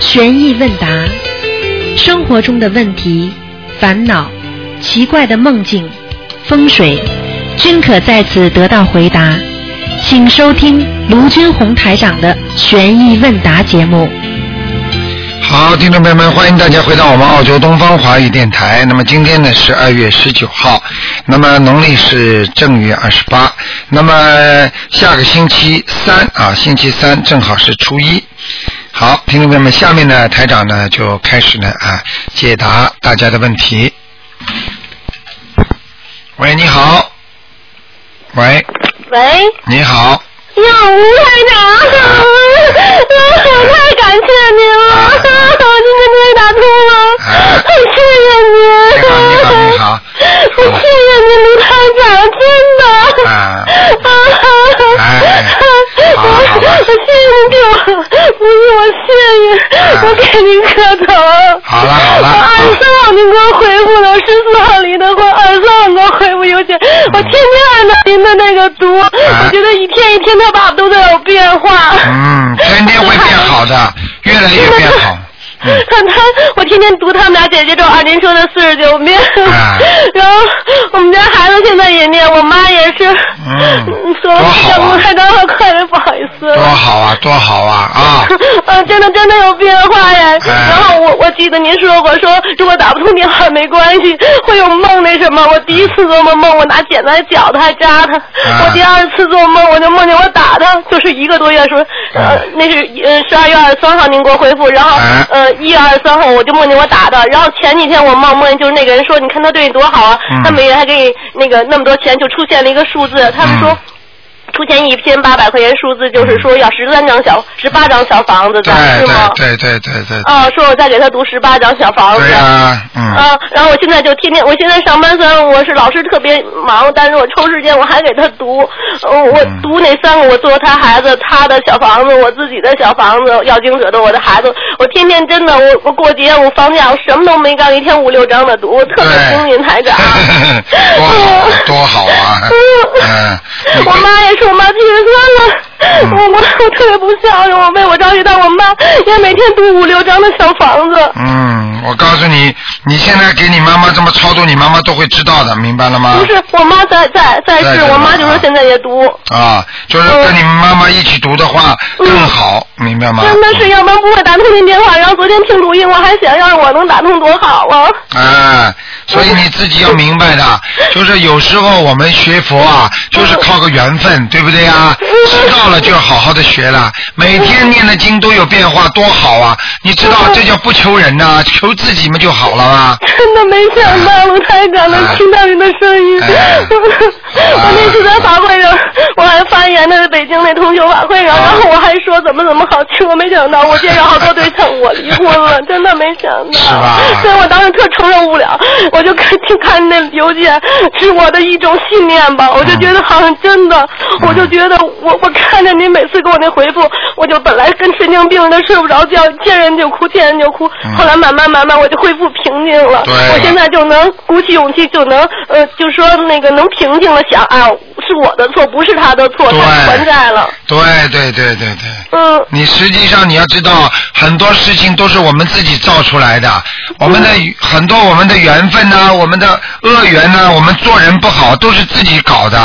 悬疑问答，生活中的问题、烦恼、奇怪的梦境、风水，均可在此得到回答。请收听卢军红台长的悬疑问答节目。好，听众朋友们，欢迎大家回到我们澳洲东方华语电台。那么今天呢是二月十九号，那么农历是正月二十八。那么下个星期三啊，星期三正好是初一。好，听众朋友们，下面呢台长呢就开始呢啊解答大家的问题。喂，你好。喂，喂，你好。呀，吴台长，太感谢您了，今天终于打通了，谢谢您，你好，你好，你好。谢谢您，卢台长，真的，啊，谢谢您给我，不是我谢谢，我给您磕头。好了好了我二十三号您给我回复了，十四号离的婚，二十三号给我回复邮件，我天天按照您的那个读，我觉得一天一天他爸都在有变化。嗯，天天会变好的，越来越变好。嗯看 他，我天天读他们俩姐姐咒二您说的四十九遍，啊 然后我们家孩子现在也念，我妈也是，嗯 说了多好啊让卢台长好快乐，不好意思多了。好啊，多好啊啊！ 嗯，真的真的有变化呀。哎然后我我记得您说过说，如果打不通电话没关系，会有梦那什么。我第一次做梦梦，我拿剪子来绞他，还扎他。啊我第二次做梦，我就梦见我打他，就是一个多月时候，啊呃，那是呃十二月二十三号您给我回复，然后、哎呃一月二十三号我就梦见我打他，然后前几天我梦梦见就是那个人说，你看他对你多好啊，嗯他每月还给你那个那么多钱，就出现了一个数字，他们说。嗯出现一千八百块钱数字，就是说要十三张小十八张小房子的，是对吗？对对对对对，啊，说我再给他读十八张小房子对。啊，嗯，啊，然后我现在就天天，我现在上班虽然我是老师特别忙，但是我抽时间我还给他读，呃，我嗯读那三个，我做他孩子、他的小房子、我自己的小房子、要经者的我的孩子，我天天真的，我我过节我放假我什么都没干，一天五六张的读，我特别对幸运， 台长。多 好啊多好啊，嗯，你我妈也是，我妈七十三嗯了，我我我特别不孝顺，我为我着急，但我妈也每天读五六张的小房子。嗯，我告诉你，你现在给你妈妈这么操作，你妈妈都会知道的，明白了吗？不是，我妈在在在啊在世世，我妈呢就说啊现在也读，啊，就是嗯跟你妈妈一起读的话更好，明白吗？真的是，要不然不会打通您电话。然后昨天听录音，我还想要是我能打通多好啊！哎，所以你自己要明白的，嗯就是有时候我们学佛啊，就是靠个缘分，对不对啊？嗯知道了就好好的学了，每天念的经都有变化，多好啊！你知嗯道这叫不求人呐、求自己嘛就好了嘛。真的没想到卢台长能听到您的声音。啊 哎我那次在法会上，我还发言呢，在北京那同学晚会上，然后我还说怎么怎么好，其实我没想到我介绍好多对象，我离婚了，真的没想到。是吧所以我当时特承受不了，我就看去看那邮件，是我的一种信念吧，我就觉得好像真的，我就觉得我我看着您每次给我那回复，我就本来跟神经病似的睡不着觉，见人就哭，见人就哭嗯，后来慢慢慢慢我就恢复平静了。对我现在就能鼓起勇气，就能呃，就说那个能平静的想啊，是我的错，不是他的错，他对还债了。对对对对对。嗯，你实际上你要知道，很多事情都是我们自己造出来的，我们的嗯很多我们的缘分呐、我们的恶缘呐、我们做人不好都是自己搞的，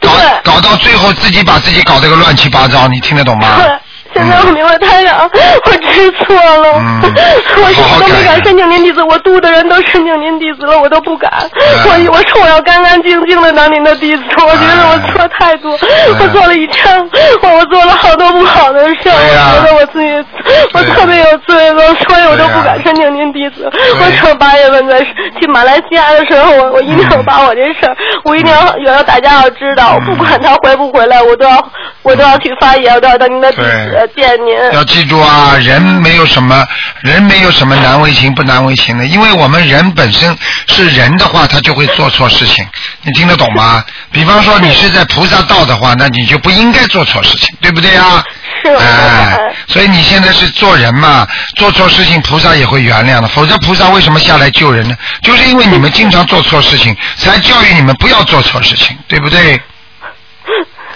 搞对搞到最后自己把自己搞得个乱七八糟，你听得懂吗？对。现在我明白，台长，我知错了，嗯 我什好么都没好敢改申请您弟子，我度的人都申请您弟子了，我都不敢。哎我我说我要干干净净的当您的弟子，我觉得我错太多，我做了一天，我我做了好多不好的事，对呀我觉得我自己我对呀特别有罪恶，所以我都对呀不敢申请您弟子。对我上八月份在去马来西亚的时候，我我一定要把我这事儿，我一定要要大家要知道，嗯不管他回不回来，我都要我都要去发言，我都要到您的地址呃见您。 要记住啊，人没有什么，人没有什么难为情不难为情的，因为我们人本身是人的话，他就会做错事情，你听得懂吗？比方说你是在菩萨道的话，那你就不应该做错事情，对不对啊？是我明白哎，所以你现在是做人嘛，做错事情菩萨也会原谅的，否则菩萨为什么下来救人呢？就是因为你们经常做错事情，才教育你们不要做错事情，对不对？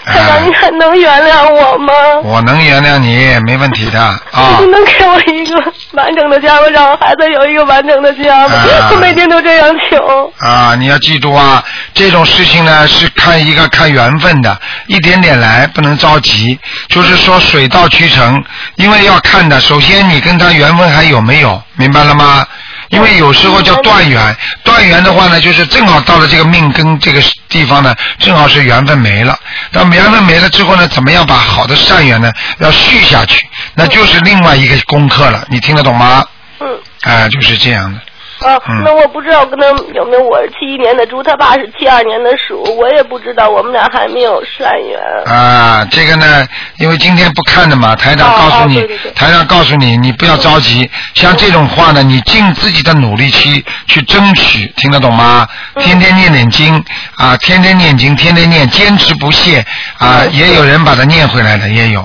台长，能能原谅我吗？我能原谅你，没问题的啊。你能给我一个完整的家吗？让孩子有一个完整的家吗？啊我每天都这样求。啊，你要记住啊，这种事情呢是看一个看缘分的，一点点来，不能着急。就是说水到渠成，因为要看的，首先你跟他缘分还有没有，明白了吗？因为有时候叫断缘，断缘的话呢，就是正好到了这个命根这个地方呢，正好是缘分没了。那么缘分没了之后呢，怎么样把好的善缘呢要续下去？那就是另外一个功课了，你听得懂吗？嗯。啊，就是这样的。啊嗯，那我不知道跟他有没有，我是七一年的猪，他爸是七二年的鼠，我也不知道，我们俩还没有善缘。啊，这个呢，因为今天不看的嘛，台长哦告诉哦你，对对嗯对台长告诉你，你不要着急。像这种话呢，你尽自己的努力去去争取，听得懂吗？嗯天天念点经啊，天天念经，天天念，坚持不懈啊，嗯也有人把它念回来的，也有。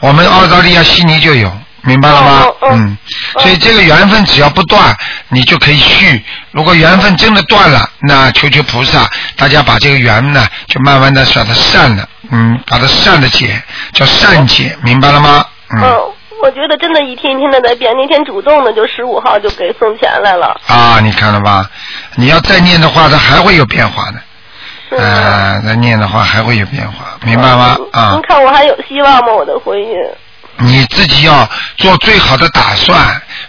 我们澳大利亚悉尼就有，明白了吗哦？哦哦嗯，所以这个缘分只要不断，你就可以续。如果缘分真的断了，那求求菩萨，大家把这个缘呢，就慢慢的把它散了，嗯，把它散了解，叫善解，明白了吗？嗯。嗯，我觉得真的，一天一天的在变。那天主动的就十五号就给送钱来了，啊，你看了吧？你要再念的话，它还会有变化的。是哦吗啊，再念的话还会有变化，明白吗？啊。您看我还有希望吗？我的婚姻？你自己要做最好的打算，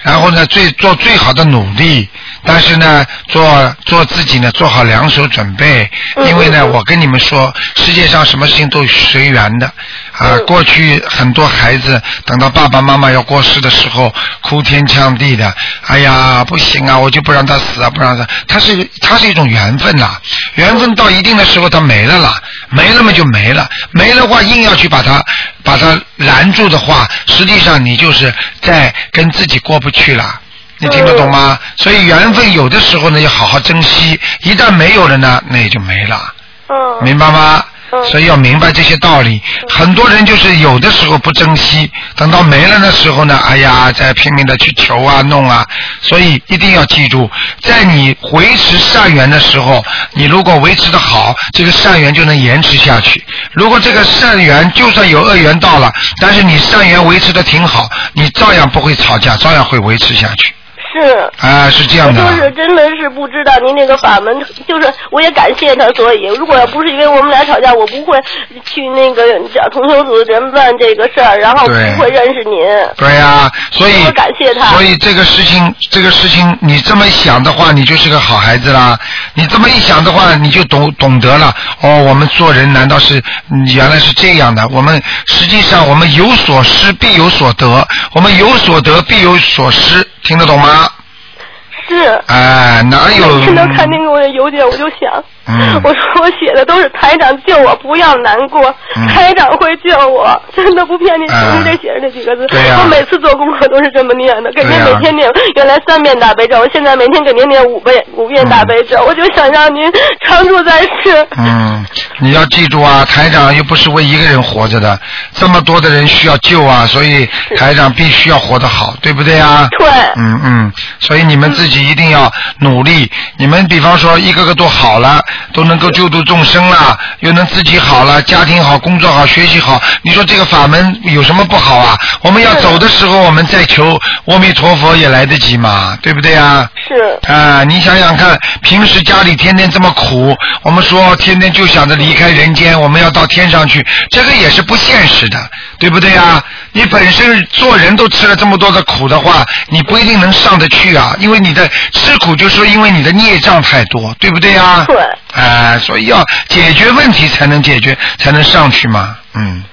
然后呢，最做最好的努力，但是呢，做做自己呢，做好两手准备，嗯因为呢，嗯嗯我跟你们说，世界上什么事情都随缘的，啊，嗯过去很多孩子等到爸爸妈妈要过世的时候，哭天抢地的，哎呀，不行啊，我就不让他死啊，不让他，他是他是一种缘分呐、缘分到一定的时候他没了啦，没了嘛就没了，没了话硬要去把它把它拦住的话，实际上你就是在跟自己过不去了。你听得懂吗？所以缘分有的时候呢要好好珍惜，一旦没有了呢，那也就没了。嗯，明白吗？嗯所以要明白这些道理。很多人就是有的时候不珍惜，等到没了的时候呢，哎呀，再拼命的去求啊、弄啊。所以一定要记住，在你维持善缘的时候，你如果维持的好，这个善缘就能延迟下去。如果这个善缘就算有恶缘到了，但是你善缘维持的挺好，你照样不会吵架，照样会维持下去。是。啊，是这我样的。就是真的是不知道您这个法门，就是我也感谢他，所以如果要不是因为我们俩吵架，我不会去那个找同修组人问这个事儿，然后不对会认识您。对呀、所以我感谢他所以这个事情，这个事情，你这么一想的话，你就是个好孩子啦。你这么一想的话，你就懂懂得了。哦，我们做人难道是嗯原来是这样的？我们实际上我们有所失必有所得，我们有所得必有所失，听得懂吗？是。哎，哪有？每天都看您给我的邮件，我就想，嗯我说我写的都是台长救我，不要难过，嗯台长会救我，真的不骗你，啊您这写着这几个字，对呀我每次做功课都是这么念的，给您对呀每天念，原来三遍大悲咒，我现在每天给您念五遍五遍大悲咒，我就想让您常住在世。嗯，你要记住啊，台长又不是为一个人活着的，这么多的人需要救啊，所以台长必须要活得好，对不对啊？对，嗯嗯，所以你们自己一定要努力。你们比方说一个个都好了，都能够救度众生了，又能自己好了，家庭好，工作好，学习好。你说这个法门有什么不好啊？我们要是的走的时候，我们再求阿弥陀佛也来得及嘛，对不对啊？是啊，你想想看，平时家里天天这么苦，我们说天天就想着离开人间，我们要到天上去，这个也是不现实的，对不对啊？你本身做人都吃了这么多的苦的话，你不一定能上得去啊，因为你的吃苦就是因为你的孽障太多，对不对啊？对。啊，所以要解决问题才能解决，才能上去嘛，嗯。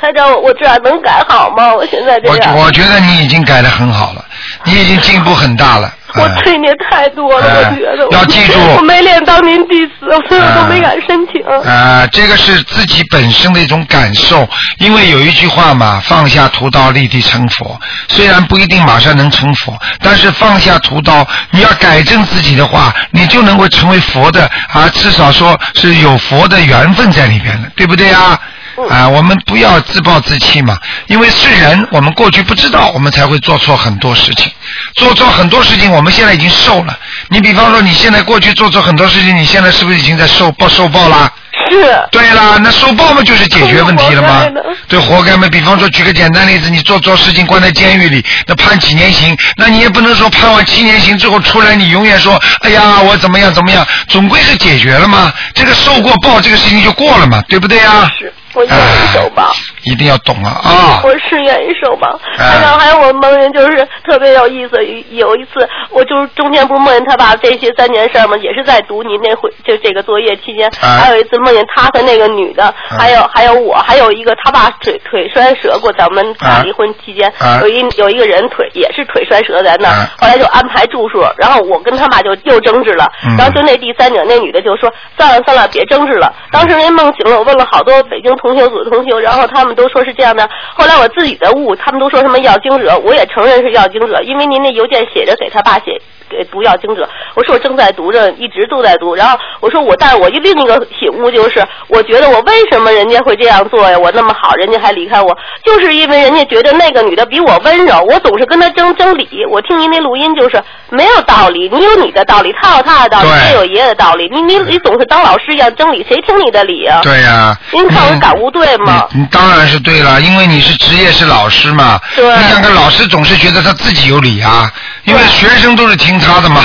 台长，我我这样能改好吗？我现在这我样， 我觉得你已经改得很好了，你已经进步很大了。我啊罪孽太多了，哎我觉得我要记住我没脸当您弟子，所以我都哎没敢申请。啊，这个是自己本身的一种感受，因为有一句话嘛，放下屠刀立地成佛。虽然不一定马上能成佛，但是放下屠刀，你要改正自己的话，你就能够成为佛的啊，至少说是有佛的缘分在里边了，对不对啊？嗯啊，我们不要自暴自弃嘛，因为是人，我们过去不知道，我们才会做错很多事情，做错很多事情，我们现在已经受了。你比方说，你现在过去做错很多事情，你现在是不是已经在受报受报啦？是。对啦，那受报嘛就是解决问题了吗活该的？对，活该嘛。比方说，举个简单例子，你做错事情关在监狱里，那判几年刑，那你也不能说判完七年刑之后出来，你永远说，哎呀，我怎么样怎么样，总归是解决了嘛。这个受过报，这个事情就过了嘛，对不对呀？是，我愿嗯意走吧。一定要懂啊啊！我是愿意收吧。哎还有还有，我梦见就是特别有意思。有一次，我就是中间不是梦见他爸这些三件事儿嘛，也是在读你那回就这个作业期间。哎还有一次梦见他和那个女的，哎还有还有我，还有一个他爸腿腿摔折过，咱们哎俩离婚期间、哎有一有一个人腿也是腿摔折在那儿哎，后来就安排住宿，然后我跟他爸就又争执了，嗯然后就那第三者那女的就说算了算了，别争执了。当时人家梦醒了，我问了好多北京同学组的同学，然后他们都说是这样的。后来我自己的悟，他们都说什么要经者，我也承认是要经者，因为您那邮件写着给他爸写。给读要经者，我说我正在读着，一直都在读。然后我说我，但是我一另一个醒悟就是，我觉得我为什么人家会这样做呀？我那么好，人家还离开我，就是因为人家觉得那个女的比我温柔，我总是跟她争争理。我听您那录音就是没有道理，你有你的道理，他有他的道理，对爷有爷的道理。你你你总是当老师一样争理，谁听你的理啊？对呀、您看我嗯感悟对吗？你你当然是对了，因为你是职业是老师嘛。对你想看老师总是觉得他自己有理啊，因为学生都是听他的 嘛。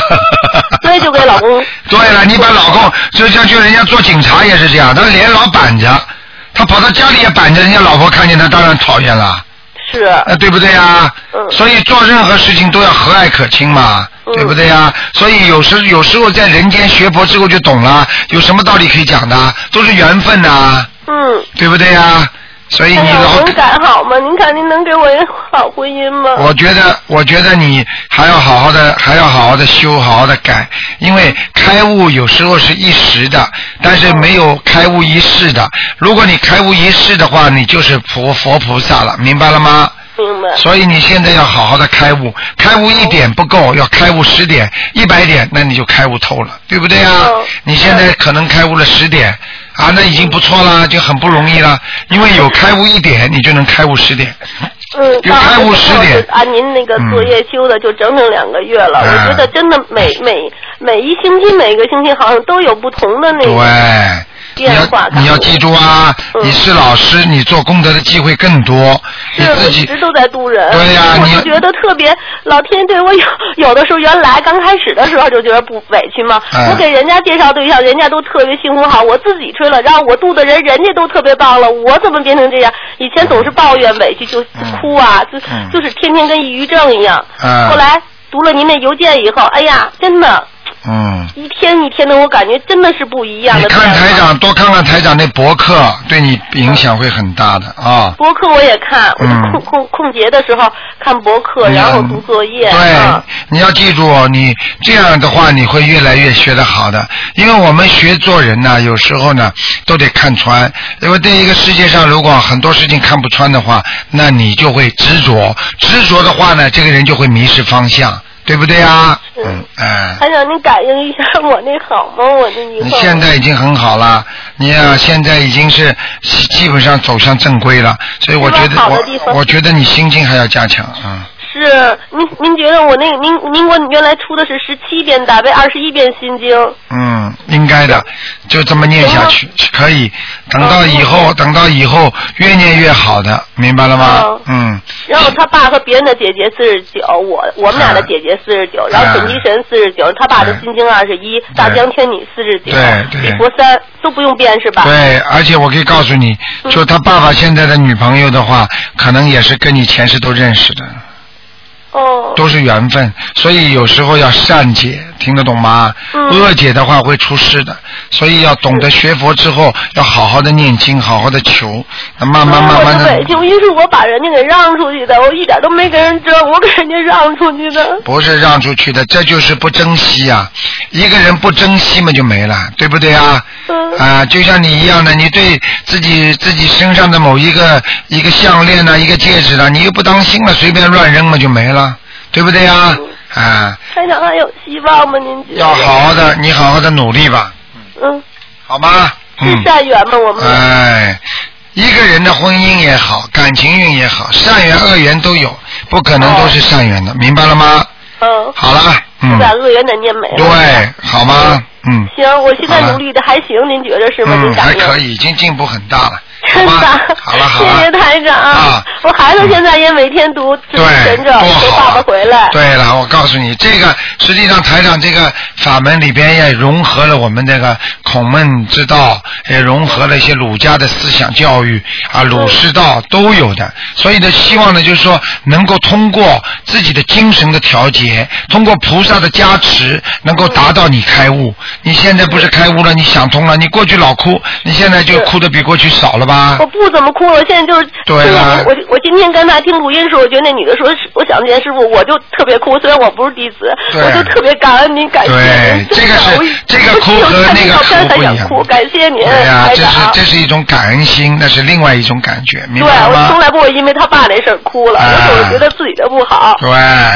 所以就给老公对了，你把老 公就像就人家做警察也是这样，他连老板着，他跑到家里也板着，人家老婆看见他当然讨厌了，是呃，对不对啊？嗯所以做任何事情都要和蔼可亲嘛，嗯对不对呀？所以有时有时候在人间学佛之后就懂了，有什么道理可以讲的，都是缘分呐、嗯。对不对呀、所以哎你呀，老我能改好吗？您看您能给我一个好婚姻吗？ 我觉得，我觉得你还要好好的，还要好好的修，好好的改，因为开悟有时候是一时的，但是没有开悟一世的。如果你开悟一世的话，你就是佛佛菩萨了，明白了吗？明白。所以你现在要好好的开悟，开悟一点不够，要开悟十点、一百点，那你就开悟透了，对不对啊嗯？你现在可能开悟了十点，啊，那已经不错啦，就很不容易啦，因为有开悟一点，你就能开悟十 点。嗯，有开悟十点按您那个作业修的就整整两个月了，嗯我觉得真的每每每一星期每个星期好像都有不同的那个对。你变要化。你要记住啊！嗯你是老师，你做功德的机会更多。你是，我自一己直都在渡人。对呀我你就觉得特别，老天对我有有的时候，原来刚开始的时候就觉得不委屈嘛。嗯我给人家介绍对象，人家都特别幸福好，我自己吹了，然后我渡的人，人家都特别棒了，我怎么变成这样？以前总是抱怨委屈就嗯哭啊，就嗯就是天天跟抑郁症一样。嗯后来读了您那邮件以后，哎呀，真的。嗯，一天一天的，我感觉真的是不一样你的变化。看台长，多看看台长那博客，对你影响会很大的啊。博客我也看，我就嗯空空空节的时候看博客，嗯然后读作业。对啊，你要记住，哦你这样的话，你会越来越学得好的。因为我们学做人呢，有时候呢都得看穿。因为对一个世界上，如果很多事情看不穿的话，那你就会执着。执着的话呢，这个人就会迷失方向，对不对啊？是嗯，哎。还想您感应一下我那好吗？我那以你后现在已经很好了，你啊，现在已经是基基本上走向正规了，所以我觉得是吧好的地我方我觉得你心经还要加强啊。是您您觉得我那您您给我原来出的是十七遍大悲，二十一遍心经，嗯，应该的，就这么念下去啊可以。等到以嗯后，等到以后越念越好的，明白了吗哦？嗯，然后他爸和别人的姐姐四十九，我我们俩嗯的姐姐四十九，然后准提神四十九，他爸的心经二十一，大江天女四十九对，对李佛三都不用变是吧？嗯对，而且我可以告诉你，就他爸爸现在的女朋友的话，可能也是跟你前世都认识的，哦，都是缘分，所以有时候要善解，听得懂吗？嗯恶解的话会出事的，所以要懂得学佛之后，要好好的念经，好好的求，那慢慢慢慢嗯我是委屈，的。因为是我把人家给让出去的，我一点都没跟人争，我给人家让出去的。不是让出去的，这就是不珍惜呀、一个人不珍惜嘛，就没了，对不对啊？嗯啊，就像你一样的，你对自己自己身上的某一个一个项链呐、一个戒指啊，你又不当心了，随便乱扔嘛，就没了，对不对啊？嗯啊，还想还有希望吗？您觉得？要好好的，你好好的努力吧，嗯，好吗？是嗯，善缘吗？我们、哎，一个人的婚姻也好，感情运哦也好，善缘恶缘都有，不可能都是善缘的，明白了吗？嗯，好了，四百恶缘的念没了。对，好吗？嗯，行，我现在好了努力的还行，您觉着是吗？您嗯，感还觉？可以，已经进步很大了，好真的吗？好了好了，谢谢台长。啊我孩子现在也每天读《对自神咒》，多陪好爸啊爸回来。对了，我告诉你，这个实际上台长这个法门里边也融合了我们这个孔孟之道，也融合了一些儒家的思想教育啊，嗯儒释道都有的。所以呢，希望呢，就是说能够通过自己的精神的调节，通过菩萨的加持，能够达到你开悟。嗯你现在不是开悟了，你想通了，你过去老哭，你现在就是哭的比过去少了吧我？不怎么哭了，我现在就是对啊我我今天刚才听录音的时候，我觉得那女的说，我想见师傅，我就特别哭。虽然我不是弟子，对我就特别感恩您，感谢对您。，这真个的我是这个哭和那个我看哭不照片才一想样哭，。感谢您，对哎呀、台这是长。这是一种感恩心，那是另外一种感觉，明对，白了我从吗？来不会因为他爸那事儿哭了，啊我总是觉得自己的不好。对，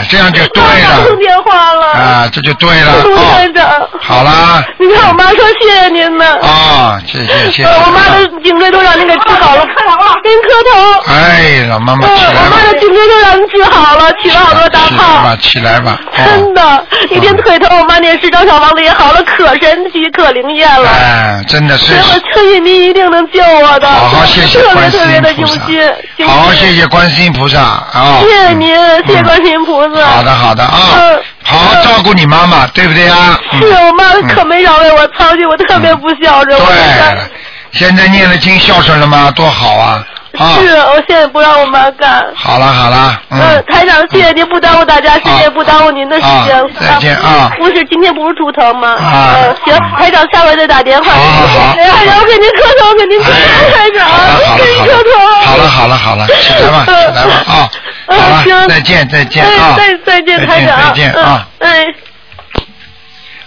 这样就对妈妈了通电话了，啊，这就对了卢 台哦。长。好啦，你看我妈说谢谢您呢。哦，谢谢谢谢。啊呃，我妈的颈椎都让您给治好了，您磕头。哎，老妈妈嗯，起来我吧妈，的颈椎都让您治好了，起了好多大起来吧，泡。起来吧，真哦，的，一天腿疼，我妈那十张小房子也好了，可神奇可灵验了。哎，真的所是以。我相信您一定能救我的。好好谢谢特别观世特别音的菩用心。萨，好好谢谢观世音菩萨啊！谢谢您，谢谢嗯观世音菩萨。好的好的啊嗯，好好照顾你妈妈，对不对啊？嗯是我哎妈嗯可没少为我操心，我特别不孝顺。我现对，现在念了经孝顺了吗？多好啊！啊在，是我现在不让我妈干。好了好了，嗯嗯，，台长，谢谢您不耽误大家时好间，也不耽误您的时啊间。再见啊不是，今天不是图腾吗？啊嗯，行，台长，下回再打电话。好好好哎台长，我给您磕头，给您磕头，哎台长好了，好给您磕头。了好了，好了好了好了，起来吧起来吧啊！嗯好了，呃行再见再见哎啊！再再见，台长。再见再见啊！嗯哎。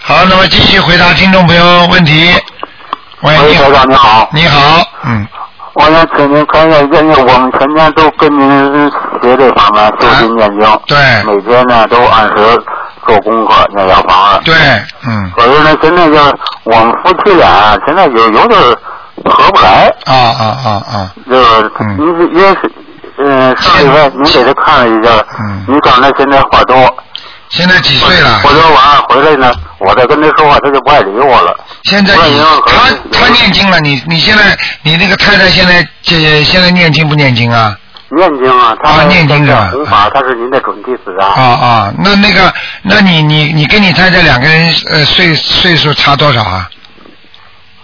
好，那么继续回答听众朋友问题。喂，喂，你台好，长你好，你好，嗯，我想请您看一下，因为我们全家都跟您学这方面修心念经，啊对每天呢都按时做功课念小房子。对，嗯，可是呢，现在就是我们夫妻俩现在有有点合不来，啊啊啊啊，就是嗯您是因为是，嗯，上礼拜您给他看了一下，嗯你长得现在话多，现在几岁了我？说完回来呢，我再跟他说话，他就不爱理我了。现在我几也要？他他念经了，你你现在你那个太太现在这现在念经不念经啊？念经啊，他啊念经啊弘法，他是您的准弟子啊啊，那那个，那你你你跟你太太两个人呃岁岁数差多少啊？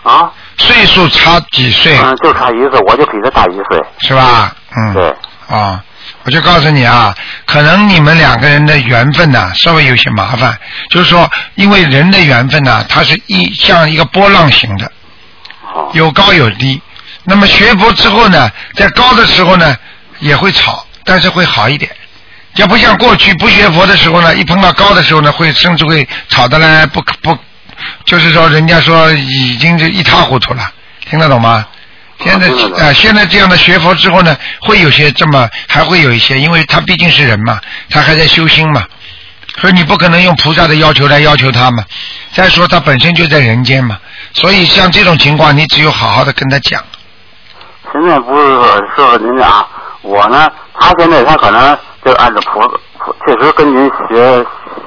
啊，岁数差几岁嗯，就差一岁，我就比他大一岁。是吧？嗯，对，啊，我就告诉你啊，可能你们两个人的缘分呐、稍微有些麻烦，就是说，因为人的缘分呐、它是一像一个波浪形的，哦，有高有低。那么学佛之后呢，在高的时候呢，也会吵，但是会好一点。要不像过去不学佛的时候呢，一碰到高的时候呢，会甚至会吵得来不可不，就是说人家说已经是一塌糊涂了，听得懂吗？现在听得懂呃，现在这样的学佛之后呢，会有些这么，还会有一些，因为他毕竟是人嘛，他还在修心嘛，所以你不可能用菩萨的要求来要求他嘛。再说他本身就在人间嘛，所以像这种情况，你只有好好的跟他讲。现在不是说师傅您啊，我呢，他现在他可能就按照菩萨，菩确实跟您学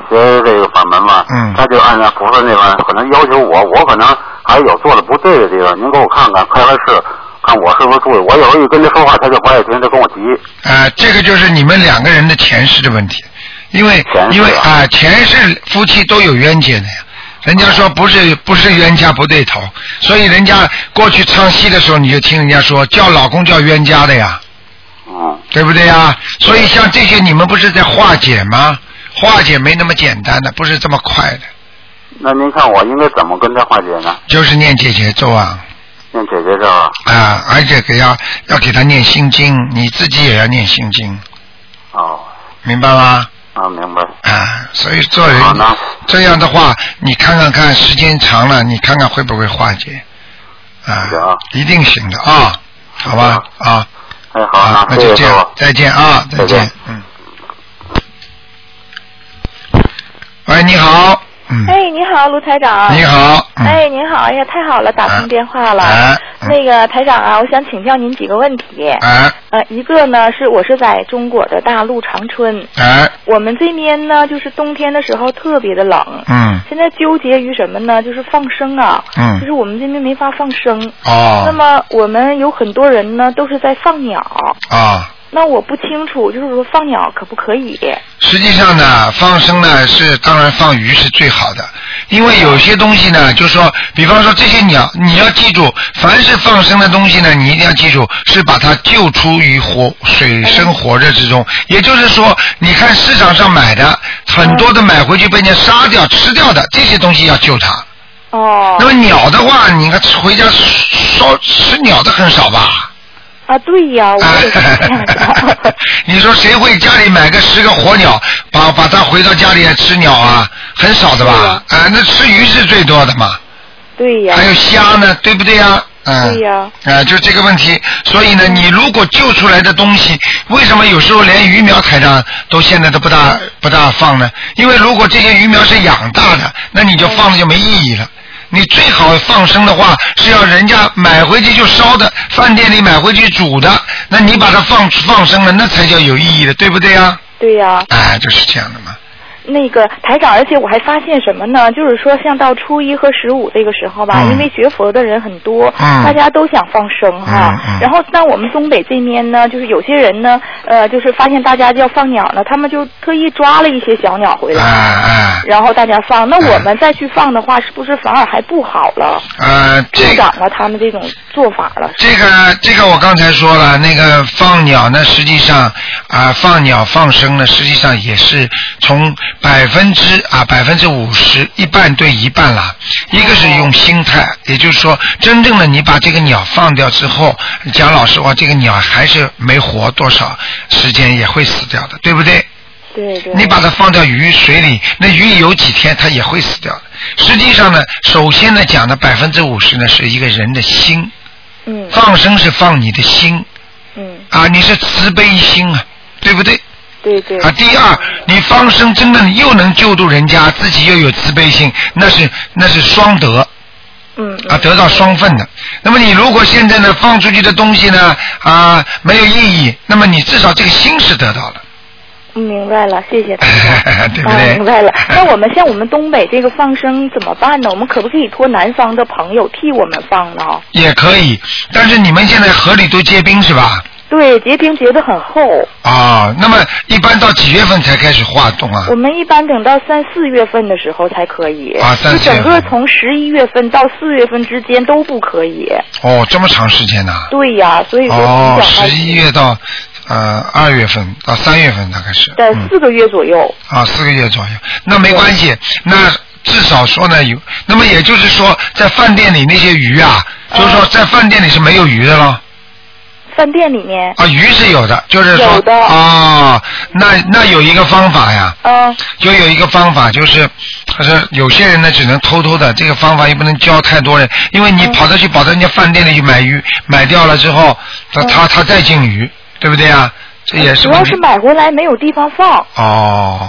学这个法门嘛，嗯他就按照菩萨那方面，可能要求我，我可能还有做的不对的地方，您给我看看，开开示，看我是不是注意。我有时候一跟他说话，他就不爱听，他跟我急。啊，这个就是你们两个人的前世的问题，因为前世啊因为啊、前世夫妻都有冤结的呀。人家说不是不是冤家不对头，所以人家过去唱戏的时候，你就听人家说叫老公叫冤家的呀，嗯，对不对呀？所以像这些你们不是在化解吗？化解没那么简单的，不是这么快的，那您看我应该怎么跟他化解呢？就是念解节奏啊。念姐姐这吧？啊，而且给要要给他念心经，你自己也要念心经，哦，明白吗？啊，明白。啊，所以做人好呢，这样的话，你看看看，时间长了，你看看会不会化解？啊行，一定行的啊，好吧啊，哎，好好，呢，那谢就谢这师样傅，。再见啊，再再见见，嗯。喂，你好，嗯，哎，你好，好，卢台长。嗯你好，嗯哎，您好，哎呀，太好了，打通电话了。哎嗯那个台长啊，我想请教您几个问题。哎呃，一个呢是我是在中国的大陆长春，哎，我们这边呢就是冬天的时候特别的冷，嗯现在纠结于什么呢？就是放生啊，就嗯，是我们这边没法放生。那哦么我们有很多人呢都是在放鸟，哦，那我不清楚，就是说放鸟可不可以？实际上呢，放生呢是当然放鱼是最好的，因为有些东西呢，就说，比方说这些鸟，你要记住，凡是放生的东西呢，你一定要记住是把它救出于活水深火热之中。也就是说，你看市场上买的很多的买回去被人家杀掉吃掉的这些东西要救它。哦那么鸟的话，你看回家烧吃鸟的很少吧？啊，对 呀，我也是这样想。你说谁会家里买个十个活鸟，把把它回到家里来吃鸟啊？很少的吧？啊、那吃鱼是最多的嘛，对呀，还有虾呢，对不对呀、嗯，对呀嗯啊、就这个问题。所以呢，你如果救出来的东西，为什么有时候连鱼苗台上都现在都不嗯大不大放呢？因为如果这些鱼苗是养大的，那你就放了就没意义了。你最好放生的话，是要人家买回去就烧的，饭店里买回去煮的，那你把它放放生了，那才叫有意义的，对不对呀？对呀。哎，就是这样的嘛。那个台长，而且我还发现什么呢？就是说，像到初一和十五这个时候吧，嗯因为学佛的人很多，嗯大家都想放生哈。嗯嗯然后，那我们东北这边呢，就是有些人呢，呃，就是发现大家要放鸟呢，他们就特意抓了一些小鸟哎回来，哎。然后大家放。那嗯我们再去放的话，是不是反而还不好了？呃，助这个长了他们这种做法了。这个这个我刚才说了，那个放鸟呢，实际上啊、放鸟放生呢，实际上也是从百分之啊百分之五十一半对一半啦。一个是用心态，也就是说，真正的你把这个鸟放掉之后，讲老实话，这个鸟还是没活多少时间，也会死掉的，对不对？对对。你把它放到鱼水里，那鱼有几天它也会死掉的。实际上呢，首先呢讲的百分之五十呢是一个人的心，嗯放生是放你的心嗯，啊，你是慈悲心啊，对不对？对对。啊，第二，你放生真的又能救助人家，自己又有慈悲心，那是那是双德嗯啊，得到双份的。那么你如果现在呢放出去的东西呢啊没有意义，那么你至少这个心是得到了， 嗯明白了，谢谢台长。对不啊，对？明白了。哎那我们像我们东北这个放生怎么办呢？我们可不可以托南方的朋友替我们放呢？也可以，但是你们现在河里都结冰是吧？对，结冰结得很厚，啊、那么一般到几月份才开始化冻啊我？们一般等到三四月份的时候才可以。啊三就四月份整个从十一月份到四月份之间都不可以。哦，这么长时间呐、对呀、所以说比较哦，害十怕一月到呃二月份到三月份大概是。在嗯。四个月左右。啊，四个月左右，那没关系，那至少说呢有，那么也就是说，在饭店里那些鱼啊，就是说在饭店里是没有鱼的咯。饭店里面，啊，鱼是有的，就是说有的啊、那那有一个方法呀，嗯就有一个方法，就是，他说有些人呢只能偷偷的，这个方法也不能教太多人，因为嗯你跑到去跑到人家饭店里去买鱼，买掉了之后，他他他再进鱼，对不对啊？这也是嗯主问要题是。买回来没有地方放，哦，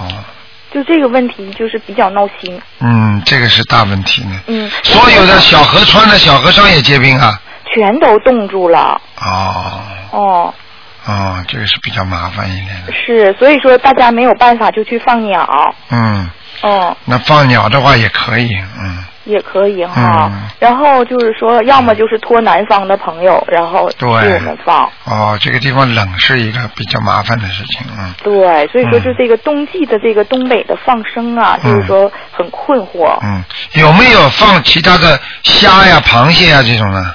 就这个问题就是比较闹心。嗯，这个是大问题呢。嗯，所有的小河川的小河商也结冰啊。全都冻住了。哦，哦，哦，这个是比较麻烦一点的。是，所以说大家没有办法就去放鸟，嗯，嗯，那放鸟的话也可以，嗯，也可以哈。嗯然后就是说，要么就是托南方的朋友，然后替对我们放。哦，这个地方冷是一个比较麻烦的事情，嗯。对，所以说嗯就这个冬季的这个东北的放生啊，嗯就是说很困惑，嗯，有没有放其他的虾呀、螃蟹呀这种呢？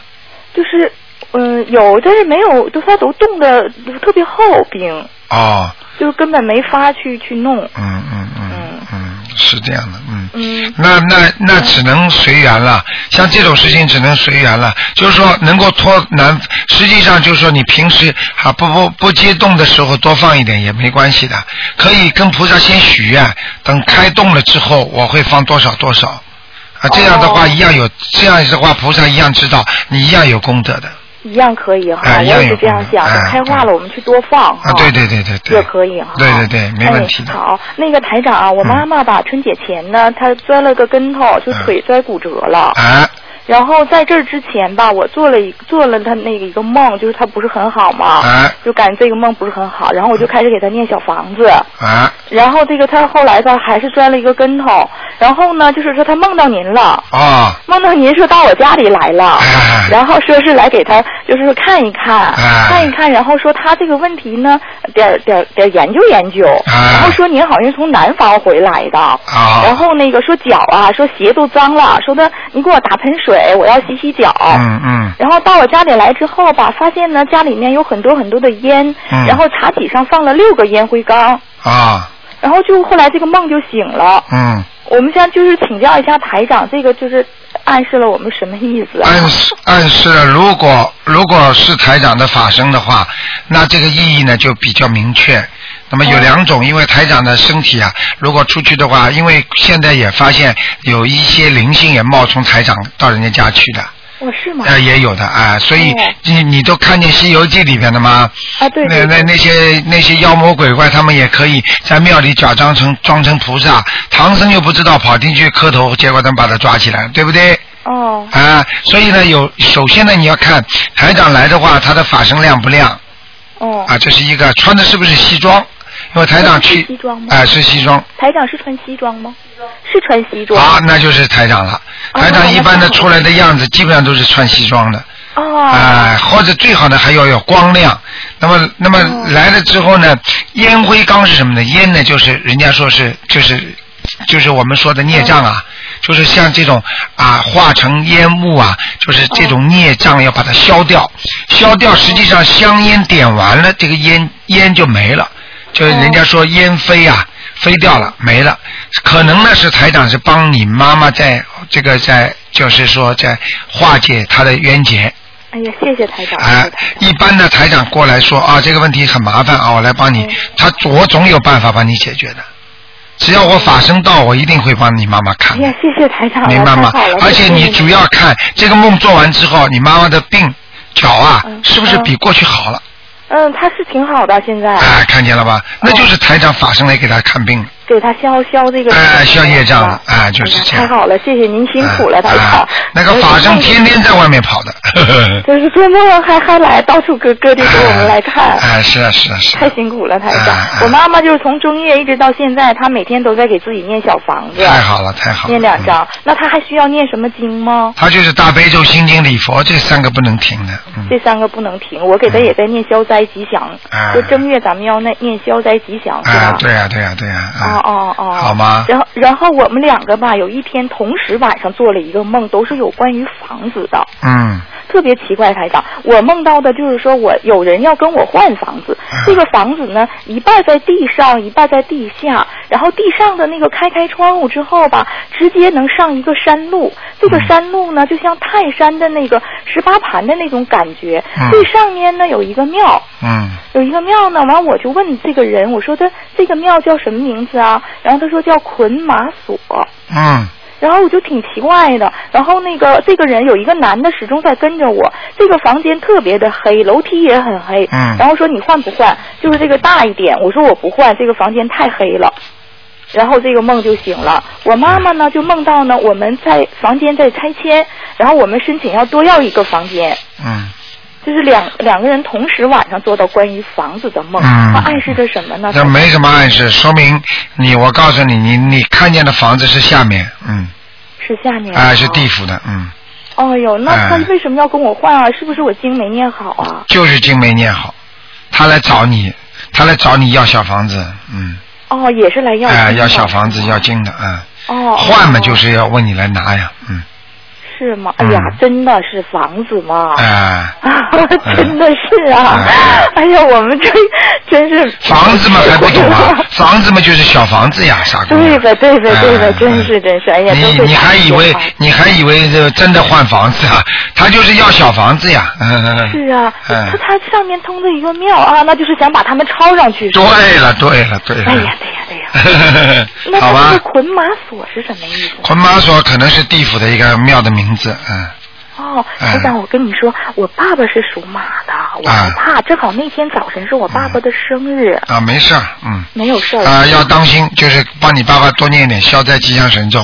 就是嗯有，但是没有，都它都冻的特别厚冰，哦，就是根本没法去去弄。嗯嗯嗯嗯嗯，是这样的，嗯。嗯，那那那只能随缘了，像这种事情只能随缘了。就是说，能够托南，实际上就是说，你平时啊不不不接动的时候多放一点也没关系的，可以跟菩萨先许愿，等开动了之后我会放多少多少，啊这样的话哦一样有，这样的话菩萨一样知道你一样有功德的，一样可以哈，啊我一样也有是这样想，啊开化了我们去多放哈。啊，对对对对对，也可以哈。对对对，没问题的哎。。好，那个台长啊，我妈妈吧，春节前呢，她摔了个跟头，就嗯腿摔骨折了。啊，然后在这儿之前吧，我做了一做了她那个一个梦，就是她不是很好嘛，啊就感觉这个梦不是很好，然后我就开始给她念小房子。啊，然后这个她后来吧，还是摔了一个跟头，然后呢，就是说她梦到您了。哦，梦到您说到我家里来了哎，然后说是来给他就是说看一看，哎看一看，然后说他这个问题呢，点儿点儿点儿研究研究，哎然后说您好像是从南方回来的，哦，然后那个说脚啊，说鞋都脏了，说的你给我打盆水，我要洗洗脚。嗯嗯，然后到我家里来之后吧，发现呢家里面有很多很多的烟，嗯然后茶几上放了六个烟灰缸，啊，然后就后来这个梦就醒了。嗯，我们现在就是请教一下台长，这个就是暗示了我们什么意思啊？暗示暗示，如果如果是台长的法身的话，那这个意义呢就比较明确。那么有两种，因为台长的身体啊，如果出去的话，因为现在也发现有一些灵性也冒充台长到人家家去的，我是吗？呃，也有的啊、所以哦你你都看见《西游记》里面的吗？啊，对对那那对，那些那些妖魔鬼怪，他们也可以在庙里假装成装成菩萨，唐僧又不知道跑进去磕头，结果他们把他抓起来了，对不对？哦，啊，所以呢，有首先呢，你要看台长来的话，他的法身亮不亮哦，啊？这是一个穿的是不是西装？因为台长去是西装吗啊、是西装台长是穿西装吗？是穿西装。啊，那就是台长了。哦台长一般的那太好出来的样子，基本上都是穿西装的。哦。啊、或者最好呢还要有光亮。那么，那么哦来了之后呢，烟灰缸是什么呢？烟呢，就是人家说是就是就是我们说的孽障哦啊，就是像这种啊化成烟雾啊，就是这种孽哦障要把它消掉。消掉，实际上香烟点完了，这个烟烟就没了，就是人哦家说烟飞啊。飞掉了，没了。可能呢是台长是帮你妈妈在这个在，就是说在化解她的冤结。哎呀，谢谢台长，谢啊谢台，长。一般的台长过来说啊，这个问题很麻烦啊，我来帮你嗯，他我总有办法帮你解决的。只要我法身到，我一定会帮你妈妈看哎，呀，谢谢台长了，明白吗太好了？而且你主要看这个梦做完之后，你妈妈的病脚啊，嗯是不是比过去好了？嗯，他是挺好的，现在哎，看见了吧？那就是嗯台长法身来给他看病了。给他消消这个哎消业障了了，哎就是这样太好了，谢谢您辛苦了，哎台长哎。那个法身天天在外面跑的。 就是做梦还还来到处各各地给我们来看。哎，是啊，是啊，是啊。太辛苦了，台长哎哎。我妈妈就是从中叶一直到现在，她每天都在给自己念小房子，太好了，太好了。念两嗯张。那她还需要念什么经吗？他就是大悲咒、心经、礼佛这三个不能停的。嗯。这三个不能停，我给她也在念消灾吉祥哎。就正月咱们要念念消灾吉祥，是啊吧，？对呀、对呀、对呀、啊。哦哦哦，好吗？然后然后我们两个吧，有一天同时晚上做了一个梦，都是有关于房子的，嗯，特别奇怪，台长。我梦到的就是说我有人要跟我换房子，嗯这个房子呢一半在地上，一半在地下，然后地上的那个开开窗户之后吧，直接能上一个山路，这个嗯山路呢就像泰山的那个十八盘的那种感觉嗯，最上面呢有一个庙。嗯，有一个庙呢，完我就问这个人，我说他这个庙叫什么名字啊？然后他说叫捆马索，嗯，然后我就挺奇怪的。然后那个这个人有一个男的始终在跟着我，这个房间特别的黑，楼梯也很黑。嗯然后说你换不换？就是这个大一点，我说我不换，这个房间太黑了。然后这个梦就醒了。我妈妈呢就梦到呢我们在房间在拆迁，然后我们申请要多要一个房间。嗯。就是两两个人同时晚上做到关于房子的梦，嗯那暗示着什么呢？这没什么暗示，说明你，我告诉你，你你看见的房子是下面，嗯，是下面啊、是地。府的，嗯，哦呦，那他哎为什么要跟我换啊？是不是我经没念好啊？就是经没念好，他来找你，他来找你要小房子，嗯，哦，也是来要哎、经的要小房子要经的，嗯，哦，换嘛哦就是要问你来拿呀，嗯，是吗？哎呀嗯，真的是房子吗？哎、 真的是啊哎！ 哎呀，我们这真是房子嘛还不懂 啊，房子嘛就是小房子呀，傻姑娘。对吧？对吧？对吧哎？真是真是，哎呀，你都被你打还以击为了你还以为这真的换房子啊？他就是要小房子呀。嗯嗯嗯。是啊？嗯他他上面通着一个庙啊，那就是想把他们抄上去。是吧对了对了对哎呀，了。对呀，对呀。 对那好他吧这个。捆马索是什么意思？捆马索可能是地府的一个庙的名字，嗯，哦，台嗯长，我跟你说，我爸爸是属马的，啊我害怕。正好那天早晨是我爸爸的生日，啊，没事儿，嗯，没有事儿。啊，要当心，就是帮你爸爸多念一点消灾吉祥神咒，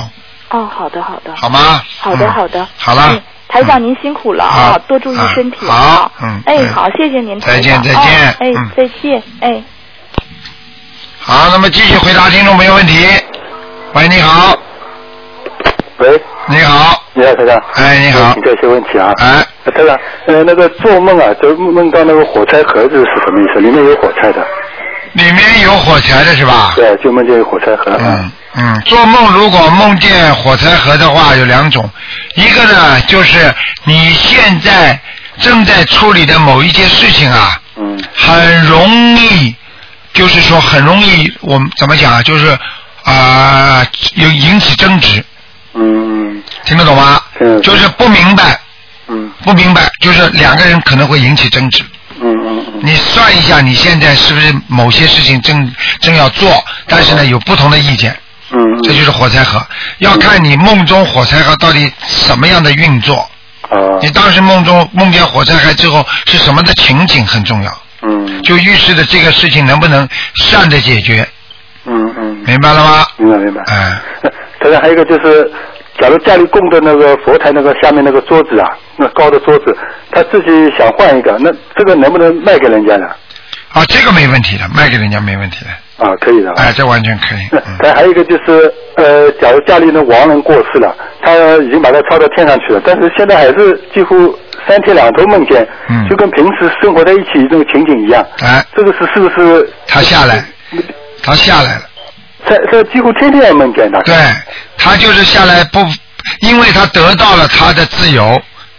哦，好的，好的，好吗？好的，嗯好的。好了嗯，台长您辛苦了啊好，多注意啊身体好啊。嗯哎，嗯好，谢谢您，再见台长再见哦哎嗯，再见，哎。好，那么继续回答听众朋友问题。喂，你好，喂，你好，你好，台长。哎，你好请，教一些问题啊。哎，呃台长，呃，那个做梦啊，就梦到那个火柴盒子是什么意思？里面有火柴的，里面有火柴的是吧？对，就梦见有火柴盒。啊嗯，嗯，做梦如果梦见火柴盒的话，有两种，一个呢就是你现在正在处理的某一件事情啊，嗯很容易，就是说很容易，我们怎么讲啊？就是啊、有引起争执，嗯听得懂吗？嗯就是不明白，嗯不明白，就是两个人可能会引起争执。嗯嗯嗯你算一下，你现在是不是某些事情正正要做，但是呢有不同的意见？嗯，这就是火柴盒，要看你梦中火柴盒到底什么样的运作。啊你当时梦中梦见火柴盒之后是什么的情景很重要，嗯就预示着这个事情能不能善的解决，嗯嗯，明白了吗？明白明白。哎、台长，还有一个就是，假如家里供的那个佛台那个下面那个桌子啊，那高的桌子，他自己想换一个，那这个能不能卖给人家呢？啊，这个没问题的，卖给人家没问题的，啊，可以的。哎，这完全可以。那 嗯但还有一个就是，呃，假如家里的亡人过世了，他已经把他抄到天上去了，但是现在还是几乎三天两头梦见，嗯就跟平时生活在一起这种情景一样。哎，这个是是不是？他下来，他下来了。他他几乎天天要梦见他。对他就是下来不，因为他得到了他的自由，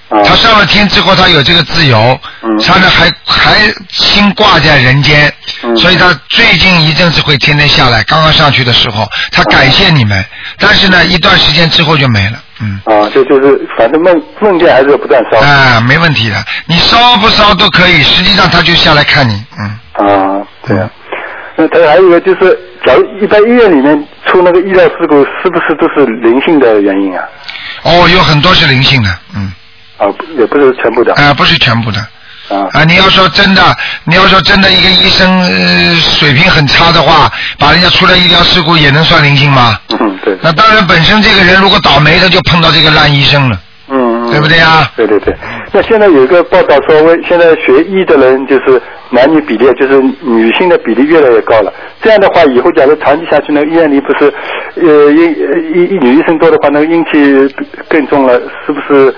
啊他上了天之后他有这个自由，嗯他呢还还心挂在人间，嗯所以他最近一阵子会天天下来。刚刚上去的时候，他感谢你们，但是呢，一段时间之后就没了，嗯。啊，这就是反正梦梦见还是不断烧。啊，没问题的，你烧不烧都可以，实际上他就下来看你，嗯，啊，对啊。那他还有一个就是，假如一般医院里面出那个医疗事故，是不是都是灵性的原因啊？哦，有很多是灵性的，嗯，啊，不也不是全部的啊、不是全部的，啊。啊，你要说真的，你要说真的，一个医生、呃、水平很差的话，把人家出了医疗事故也能算灵性吗？嗯，对。那当然，本身这个人如果倒霉，他就碰到这个烂医生了。嗯，嗯对不对啊对对对。那现在有一个报道说，为现在学医的人就是男女比例，就是女性的比例越来越高了。这样的话，以后假如长期下去，那个医院里不是，呃，一一一女医生多的话，那个阴气更重了，是不是？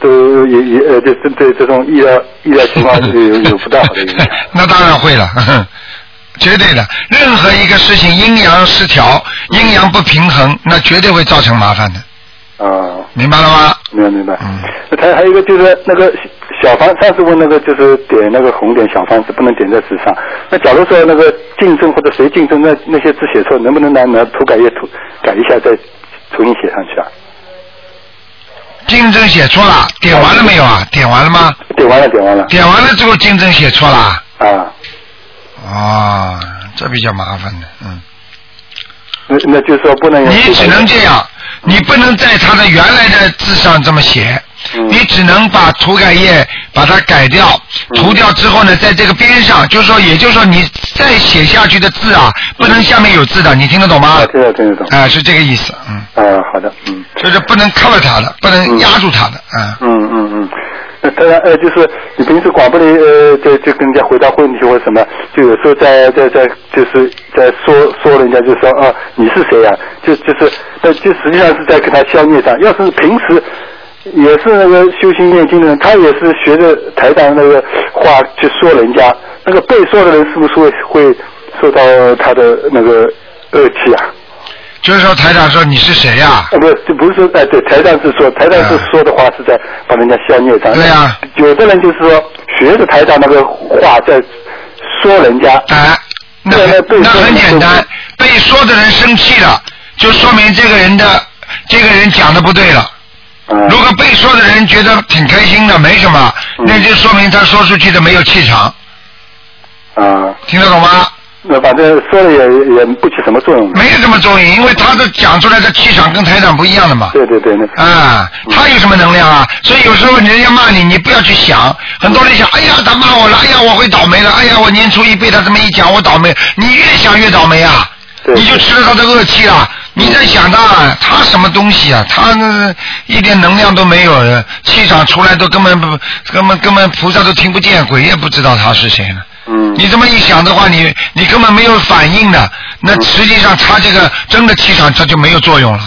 都也也呃，这这对这种医疗医疗情况有有有不大好的影响。那当然会了， 呵呵绝对的。任何一个事情阴阳失调、阴阳不平衡，那绝对会造成麻烦的，啊，明白了吗？明白明白嗯。那他还有一个就是那个小房，上次问那个就是点那个红点小房子不能点在纸上。那假如说那个竞争或者谁竞争，那那些字写错，能不能拿拿涂改液涂改一下再重新写上去啊？竞争写错了，点完了没有啊？点完了吗？点完了，点完了。点完了之后，竞争写错了。啊，哦，这比较麻烦的，嗯。那那就是说不能用你涂改只液能这样，你不能在他的原来的字上这么写，嗯你只能把涂改液把它改掉，嗯涂掉之后呢，在这个边上，就是说，也就是说，你再写下去的字啊，不能下面有字的，你听得懂吗啊，？听得懂听得懂。啊，是这个意思，嗯，啊，好的，嗯。就是不能 cover 它的，不能嗯压住它的，啊，嗯嗯嗯，那当然呃，就是你平时广播里呃，就就跟人家回答问题或什么，就有时候在在在就是在说说人家就说啊你是谁呀、就就是那就实际上是在给他消灭障。要是平时也是那个修心念经的人，他也是学着台长那个话去说人家，那个被说的人是不是会会受到他的那个恶气啊？就是说台长说你是谁呀、啊，不是，就不是说，哎、对，台上是说，台上是说的话是在帮人家消孽障。对啊呀有的人就是说学着台上那个话在说人家。哎，那对很对那对很对简单对，被说的人生气了，就说明这个人的这个人讲的不对了。嗯如果被说的人觉得挺开心的，没什么，嗯那就说明他说出去的没有气场，啊听得懂吗？那反正说了也也不起什么作用。嗯没有什么作用，因为他的讲出来的气场跟台长不一样的嘛。对对对，那嗯啊，他有什么能量啊？所以有时候人家骂你，你不要去想。很多人想，哎呀，他骂我了，哎呀，我会倒霉了，哎呀，我年初一被他这么一讲，我倒霉。你越想越倒霉啊，对你就吃了他的恶气了。你在想他，他什么东西啊？他呃一点能量都没有，气场出来都根本不，根本根本菩萨都听不见，鬼也不知道他是谁了。嗯你这么一想的话，你你根本没有反应的，那嗯实际上他这个真的气场他就没有作用了。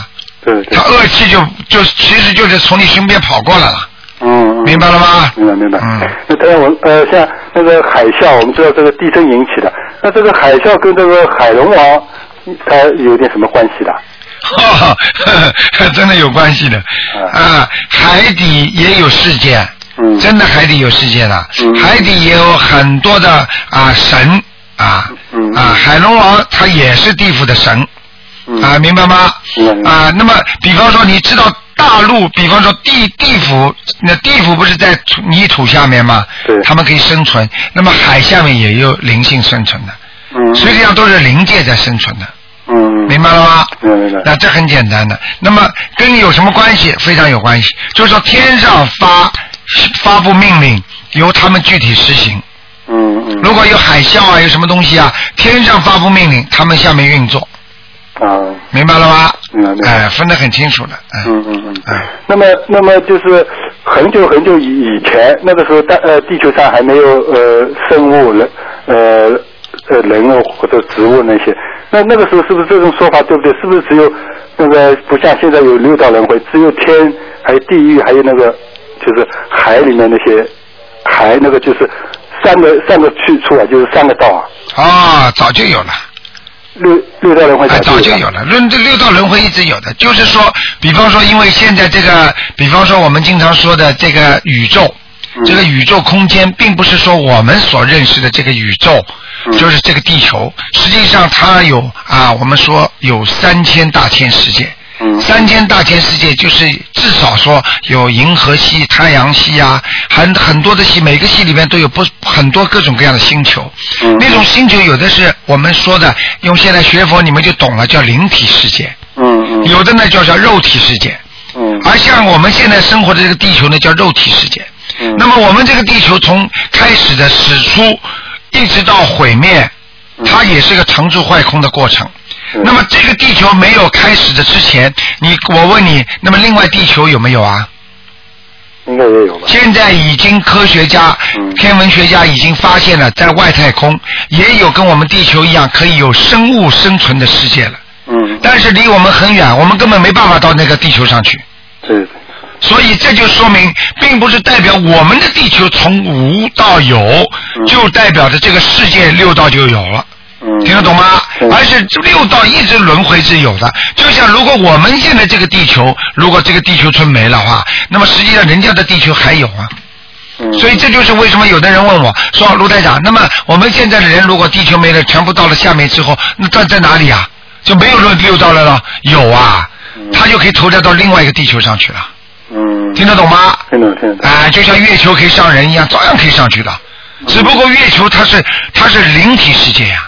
对对对他，恶气就就其实就是从你身边跑过来了，嗯，嗯明白了吗？明白明白。嗯那当然我呃，像那个海啸，我们知道这个地震引起的，那这个海啸跟这个海龙王，它有点什么关系的？哈哈， 真的有关系的啊！海底也有事件，嗯，真的海底有事件的，嗯海底也有很多的啊神啊嗯啊，海龙王他也是地府的神嗯啊，明白吗？明白明白啊，那么比方说你知道大陆，比方说地地府，那地府不是在土泥土下面吗？对他们可以生存，那么海下面也有灵性生存的。嗯实际上都是灵界在生存的，嗯，明白了吗？明白明白那这很简单的，那么跟你有什么关系？非常有关系，就是说天上发发布命令，由他们具体实行。嗯嗯如果有海啸啊，有什么东西啊，天上发布命令，他们下面运作，啊。明白了吗？明白明白哎、分得很清楚的。哎嗯嗯嗯哎，那么那么就是很久很久以以前，那个时候大呃地球上还没有呃生物人呃呃人偶或者植物那些，那那个时候是不是这种说法对不对？是不是只有那个不像现在有六道轮回，只有天还有地狱还有那个就是海里面那些海那个就是三个三个去处啊，就是三个道啊，啊、早就有了。六六道轮回啊，早就有有了，轮这六道轮回一直有的，就是说，比方说，因为现在这个，比方说我们经常说的这个宇宙，嗯这个宇宙空间，并不是说我们所认识的这个宇宙，嗯就是这个地球，实际上它有啊，我们说有三千大千世界。嗯三千大千世界就是至少说有银河系、太阳系啊，很很多的系，每个系里面都有不很多各种各样的星球。嗯那种星球有的是我们说的，用现在学佛你们就懂了，叫灵体世界；嗯嗯有的呢叫叫肉体世界。嗯而像我们现在生活的这个地球呢，叫肉体世界。嗯那么我们这个地球从开始的始出，一直到毁灭，它也是个成住坏空的过程。嗯那么这个地球没有开始的之前，你我问你，那么另外地球有没有啊？应该也有吧？现在已经科学家嗯、天文学家已经发现了，在外太空也有跟我们地球一样可以有生物生存的世界了，嗯，但是离我们很远，我们根本没办法到那个地球上去。对对，所以这就说明，并不是代表我们的地球从无到有，就代表着这个世界六道就有了。嗯，听得懂吗？对而是六道一直轮回是有的。就像如果我们现在这个地球，如果这个地球村没了话，那么实际上人家的地球还有啊。嗯所以这就是为什么有的人问我说：“卢台长，那么我们现在的人如果地球没了，全部到了下面之后，那在在哪里啊？就没有六六道了了？有啊，他就可以投射到另外一个地球上去了。嗯，听得懂吗？听懂听懂，啊、就像月球可以上人一样，照样可以上去的。只不过月球它是它是灵体世界呀、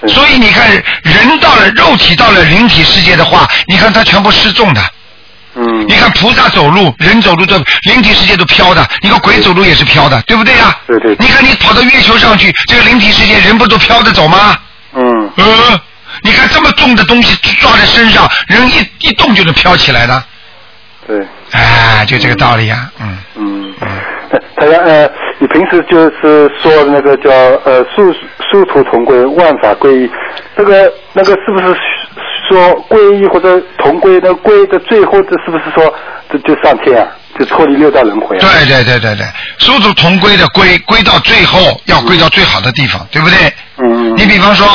对所以你看人到了肉体到了灵体世界的话，你看它全部失重的。嗯你，看菩萨走路，人走路都灵体世界都飘的，你看鬼走路也是飘的，对不对呀、嗯对对对你看你跑到月球上去，这个灵体世界人不都飘着走吗？嗯呃，你看这么重的东西抓在身上，人一一动就能飘起来的。对，哎、就这个道理呀、嗯。嗯，他说呃，你平时就是说那个叫呃殊殊途同归，万法归一，这个那个是不是说归一或者同归？那归的最后这是不是说这就上天啊，就脱离六道轮回啊？对对对对对，殊途同归的归，归到最后要归到最好的地方，对不对？嗯你比方说，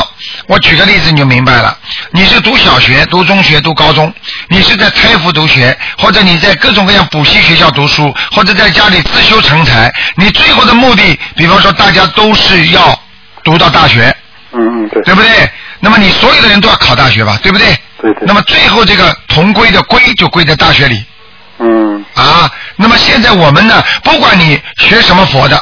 我举个例子你就明白了。你是读小学、读中学、读高中，你是在泰福读学，或者你在各种各样补习学校读书，或者在家里自修成才。你最后的目的，比方说大家都是要读到大学，嗯嗯，对，对不对？那么你所有的人都要考大学吧，对不对？对对那么最后这个同归的归就归在大学里，嗯啊，那么现在我们呢，不管你学什么佛的，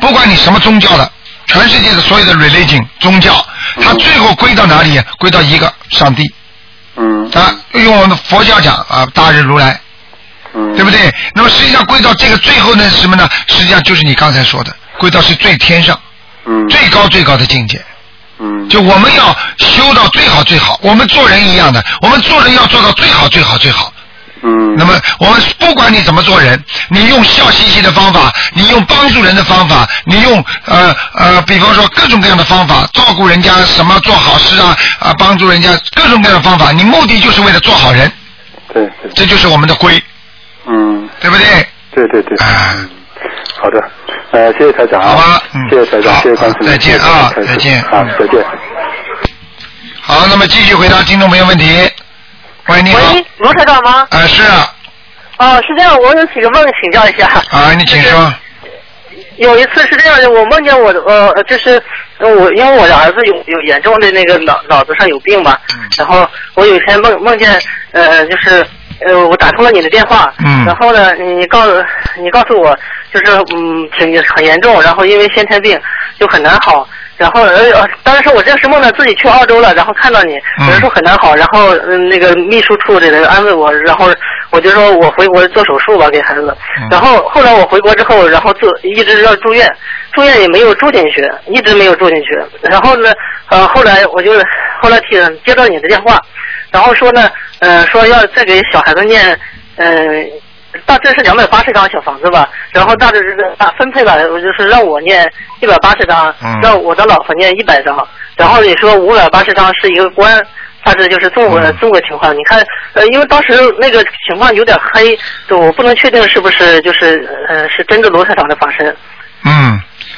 不管你什么宗教的，全世界的所有的 religion 宗教，它嗯最后归到哪里？归到一个上帝嗯啊，用我们佛教讲啊，大日如来，嗯，对不？对？那么实际上归到这个最后呢是什么呢？实际上就是你刚才说的，归到是最天上、嗯最高最高的境界。嗯就我们要修到最好最好，我们做人一样的，我们做人要做到最好最好最好。嗯，那么我们不管你怎么做人，你用笑嘻嘻的方法，你用帮助人的方法，你用呃呃，比方说各种各样的方法，照顾人家什么做好事啊啊、帮助人家各种各样的方法，你目的就是为了做好人，对对，这就是我们的规，嗯对不对？对对对，啊，好的，呃，谢谢台长啊，好吧嗯谢谢台长好，谢谢观众，再见啊谢谢再见啊，再见。好，那么继续回答听众朋友问题。喂，你好，喂，卢台长吗？啊是啊，哦，是这样，我有几个梦请教一下。啊你请说，有一次是这样的，我梦见我的呃，就是呃我因为我的儿子有有严重的那个脑脑子上有病嘛，嗯然后我有一天梦梦见呃就是呃我打通了你的电话，嗯然后呢你告诉你告诉我就是嗯挺很严重，然后因为先天病就很难好。然后，呃，呃当时我这是梦到自己去澳洲了，然后看到你，嗯有人说很难好，然后、嗯、那个秘书处的人安慰我，然后我就说我回国做手术吧，给孩子。嗯然后后来我回国之后，然后住一直要住院，住院也没有住进去，一直没有住进去。然后呢，呃，后来我就后来听接到你的电话，然后说呢，呃，说要再给小孩子念，嗯、大致是两百八十张小房子吧，然后大致是大分配吧，我就是让我念一百八十张嗯，让我的老婆念一百张，然后你说五百八十张是一个关，大致就是这么个嗯这么个情况。你看，呃，因为当时那个情况有点黑，就我不能确定是不是就是呃是真的罗台长的法身。嗯，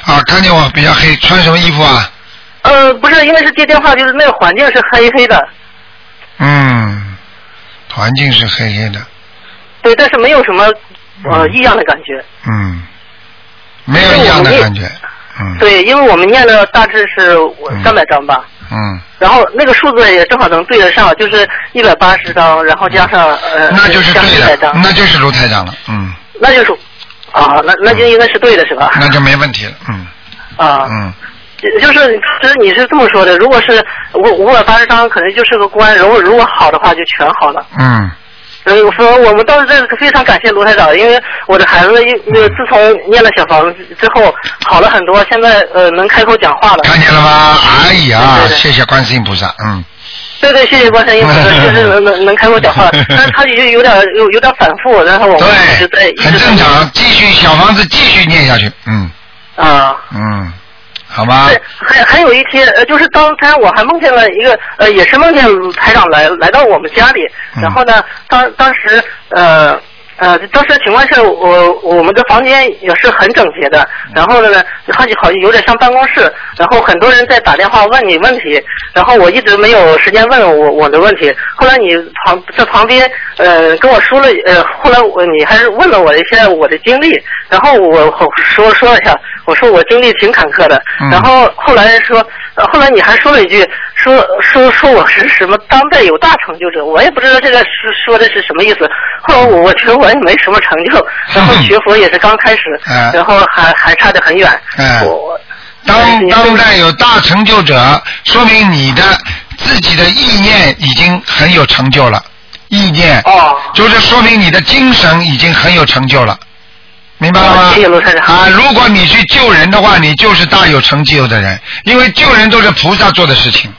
啊看见我比较黑，穿什么衣服啊？呃，不是，因为是接电话，就是那个环境是黑黑的，嗯，环境是黑黑的，对，但是没有什么呃嗯异样的感觉。嗯，没有一样的感觉，嗯，，对，因为我们念了大致是嗯三百张吧。嗯，然后那个数字也正好能对得上，就是一百八十张，然后加上呃，那就是加上对100的，张，那就是卢台长了，嗯，那就是啊，那那就应该是对的是吧？那就没问题了，嗯啊，嗯，就就是其实你是这么说的，如果是五五百八十张，可能就是个关，如果如果好的话就全好了。嗯所以我说我们倒是这个非常感谢卢台长，因为我的孩子因那嗯个自从念了小房子之后好了很多，现在呃能开口讲话了。看见了吗？哎呀对，对对谢谢观世音菩萨，嗯，对对，谢谢观世音菩萨， 就是能能能开口讲话了，但是他就有点有有点反复，然后我们一直在一对，直很在正常，继续小房子继续念下去，嗯啊。嗯，好吗？对，还还有一天，呃，就是刚才我还梦见了一个，呃，也是梦见台长来来到我们家里，嗯然后呢，当当时呃呃，当时情况是我我们的房间也是很整洁的，嗯然后呢，好像好像有点像办公室，然后很多人在打电话问你问题，然后我一直没有时间问我我的问题，后来你旁在旁边呃跟我说了呃，后来我你还是问了我一些我的经历，然后我我说说了一下，我说我经历挺坎坷的，嗯然后。后后来说，呃后来你还说了一句，说说说我是什么当代有大成就者，我也不知道这个是说的是什么意思。后来我我觉得我也没什么成就，然后学佛也是刚开始， 嗯然后还还差得很远。嗯我当对当代有大成就者，说明你的自己的意念已经很有成就了，意念哦，就是说明你的精神已经很有成就了，明白了吗哦谢谢卢太太？啊，如果你去救人的话，你就是大有成就的人，因为救人都是菩萨做的事情。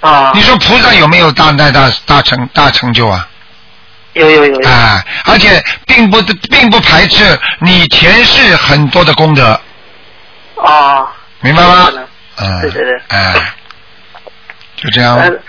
啊你，说菩萨有没有大大大大成大成就啊？有有有有，啊，而且并不并不排斥你前世很多的功德，啊，明白吗是的？嗯，对对对哎、就这样。嗯，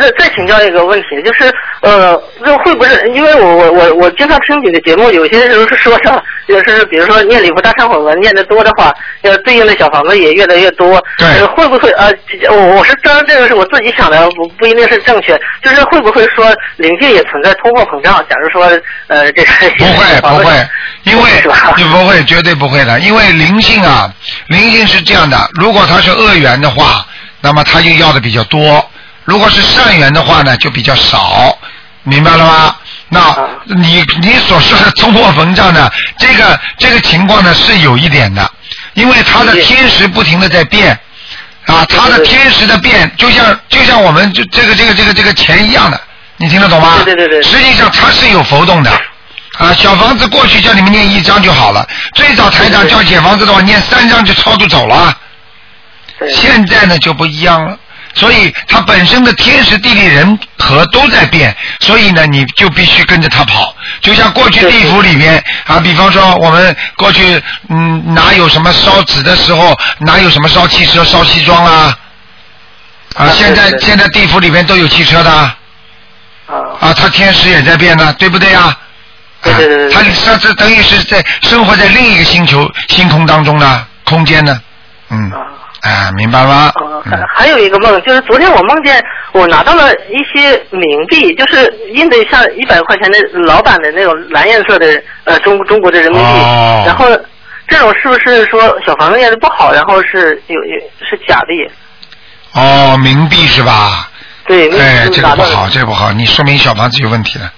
再再请教一个问题，就是呃，那会不会因为我我我我经常听你的节目，有些时候是说上，有时候比如说念礼佛大忏悔文念的多的话，呃，对应的小房子也越来越多。对呃会不会呃，我我是当然这个是我自己想的，不不一定是正确，就是会不会说灵界也存在通货膨胀？假如说呃，这个不 会哎不会，因为是吧你不会，绝对不会的。因为灵性啊，灵性是这样的，如果它是恶缘的话，那么它就要的比较多；如果是善缘的话呢，就比较少，明白了吗？啊那你你所说的 通货膨胀呢，这个这个情况呢是有一点的，因为它的天时不停的在变。啊，它的天时的变，就像就像我们这这个这个这个这个钱一样的，你听得懂吗？对对对对实际上它是有浮动的。啊，小房子过去叫你们念一张就好了，最早台长叫解房子的话，念三张就超度走了。啊对现在呢就不一样了，所以它本身的天时地利人和都在变，所以呢你就必须跟着它跑。就像过去地府里面啊，比方说我们过去嗯哪有什么烧纸的时候，哪有什么烧汽车、烧西装啦、啊，啊现在对对对现在地府里面都有汽车的啊，啊，啊它天时也在变呢，对不对啊？对对对对对他他这等于是在生活在另一个星球、星空当中呢，空间呢，嗯，啊啊，明白吗？啊，还嗯还有一个梦，就是昨天我梦见我拿到了一些冥币，就是印的像一百块钱的老板的那种蓝颜色的呃中中国的人民币，哦然后这种是不是说小房子念的不好，然后是有有是假币？哦，冥币是吧？对，哎，嗯这个不。拿到好，了这个不好，你说明小房子有问题了。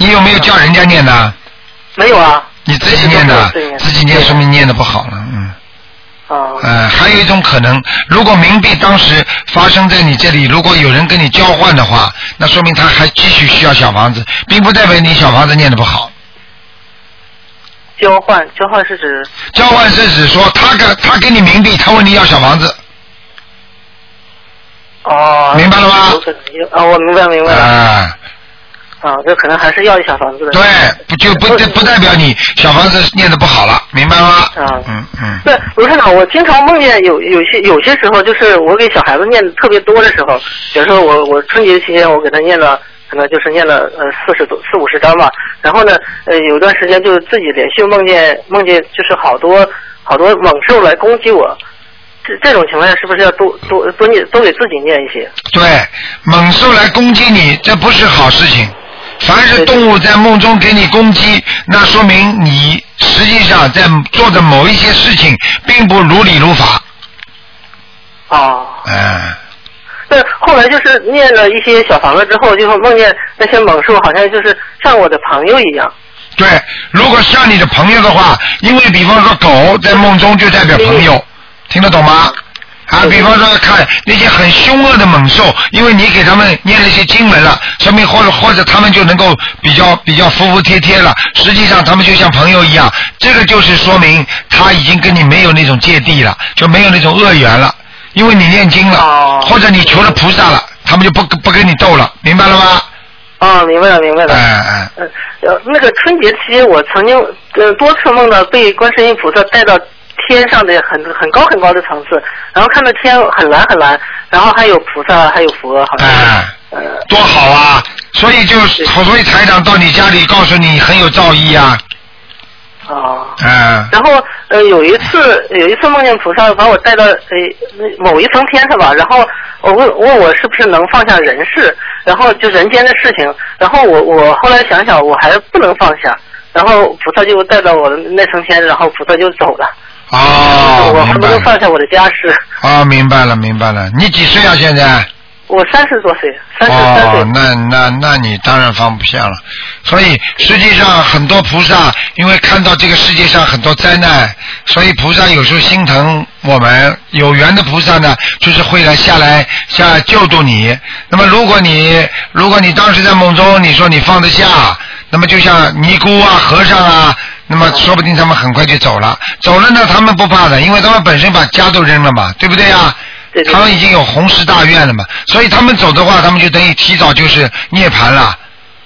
你有没有叫人家念的？没有啊。你自己念的对对，对自己念说明念的不好了，嗯。啊。呃，还有一种可能，如果冥币当时发生在你这里，如果有人跟你交换的话，那说明他还继续需要小房子，并不代表你小房子念的不好。交换交换是指交换是指说他给他给你冥币，他问你要小房子，哦，明白了吗有可能有啊，我明白明啊、白了啊，这可能还是要一小房子的。对，不就不不代表你小房子念的不好了，明白吗？啊嗯嗯。对，卢台长，我经常梦见有有些有些时候，就是我给小孩子念的特别多的时候，比如说我我春节期间我给他念了，可能就是念了呃四十多四五十章吧。然后呢，呃有段时间就是自己连续梦见梦见就是好多好多猛兽来攻击我，这这种情况下是不是要多多多念多给自己念一些？对，猛兽来攻击你，这不是好事情。凡是动物在梦中给你攻击，那说明你实际上在做的某一些事情，并不如理如法。哦。嗯，那后来就是念了一些小房子之后，就是梦见那些猛兽好像就是像我的朋友一样。对。如果像你的朋友的话，因为比方说狗在梦中就代表朋友，听得懂吗？啊，比方说看那些很凶恶的猛兽，因为你给他们念了一些经文了，说明或者或者他们就能够比较比较服服帖帖了。实际上他们就像朋友一样，这个就是说明他已经跟你没有那种芥蒂了，就没有那种恶缘了，因为你念经了哦，或者你求了菩萨了，他们就不不跟你斗了，明白了吗？啊，明白了，明白了。哎哎，嗯，呃，那个春节期间，我曾经呃多次梦到被观世音菩萨带到天上的很很高很高的层次，然后看到天很蓝很蓝，然后还有菩萨，还有佛，好像是。哎呃，多好啊！所以就是，所以台长到你家里告诉你很有造诣啊，哦。嗯。然后呃，有一次有一次梦见菩萨把我带到呃那某一层天上吧，然后我问问我是不是能放下人世，然后就人间的事情，然后我我后来想想我还不能放下，然后菩萨就带到我的那层天，然后菩萨就走了，哦，我还明不白能了。放下我的家事。哦，明白了，明白了。你几岁啊？现在？我三十多岁，三十三岁哦，，那那那你当然放不下了。所以实际上很多菩萨，因为看到这个世界上很多灾难，所以菩萨有时候心疼我们。有缘的菩萨呢，就是会来下来下救度你。那么如果你如果你当时在梦中，你说你放得下，那么就像尼姑啊、和尚啊。那么说不定他们很快就走了，走了呢，他们不怕的，因为他们本身把家都扔了嘛，对不对啊？对对他们已经有弘誓大愿了嘛，所以他们走的话，他们就等于提早就是涅槃了，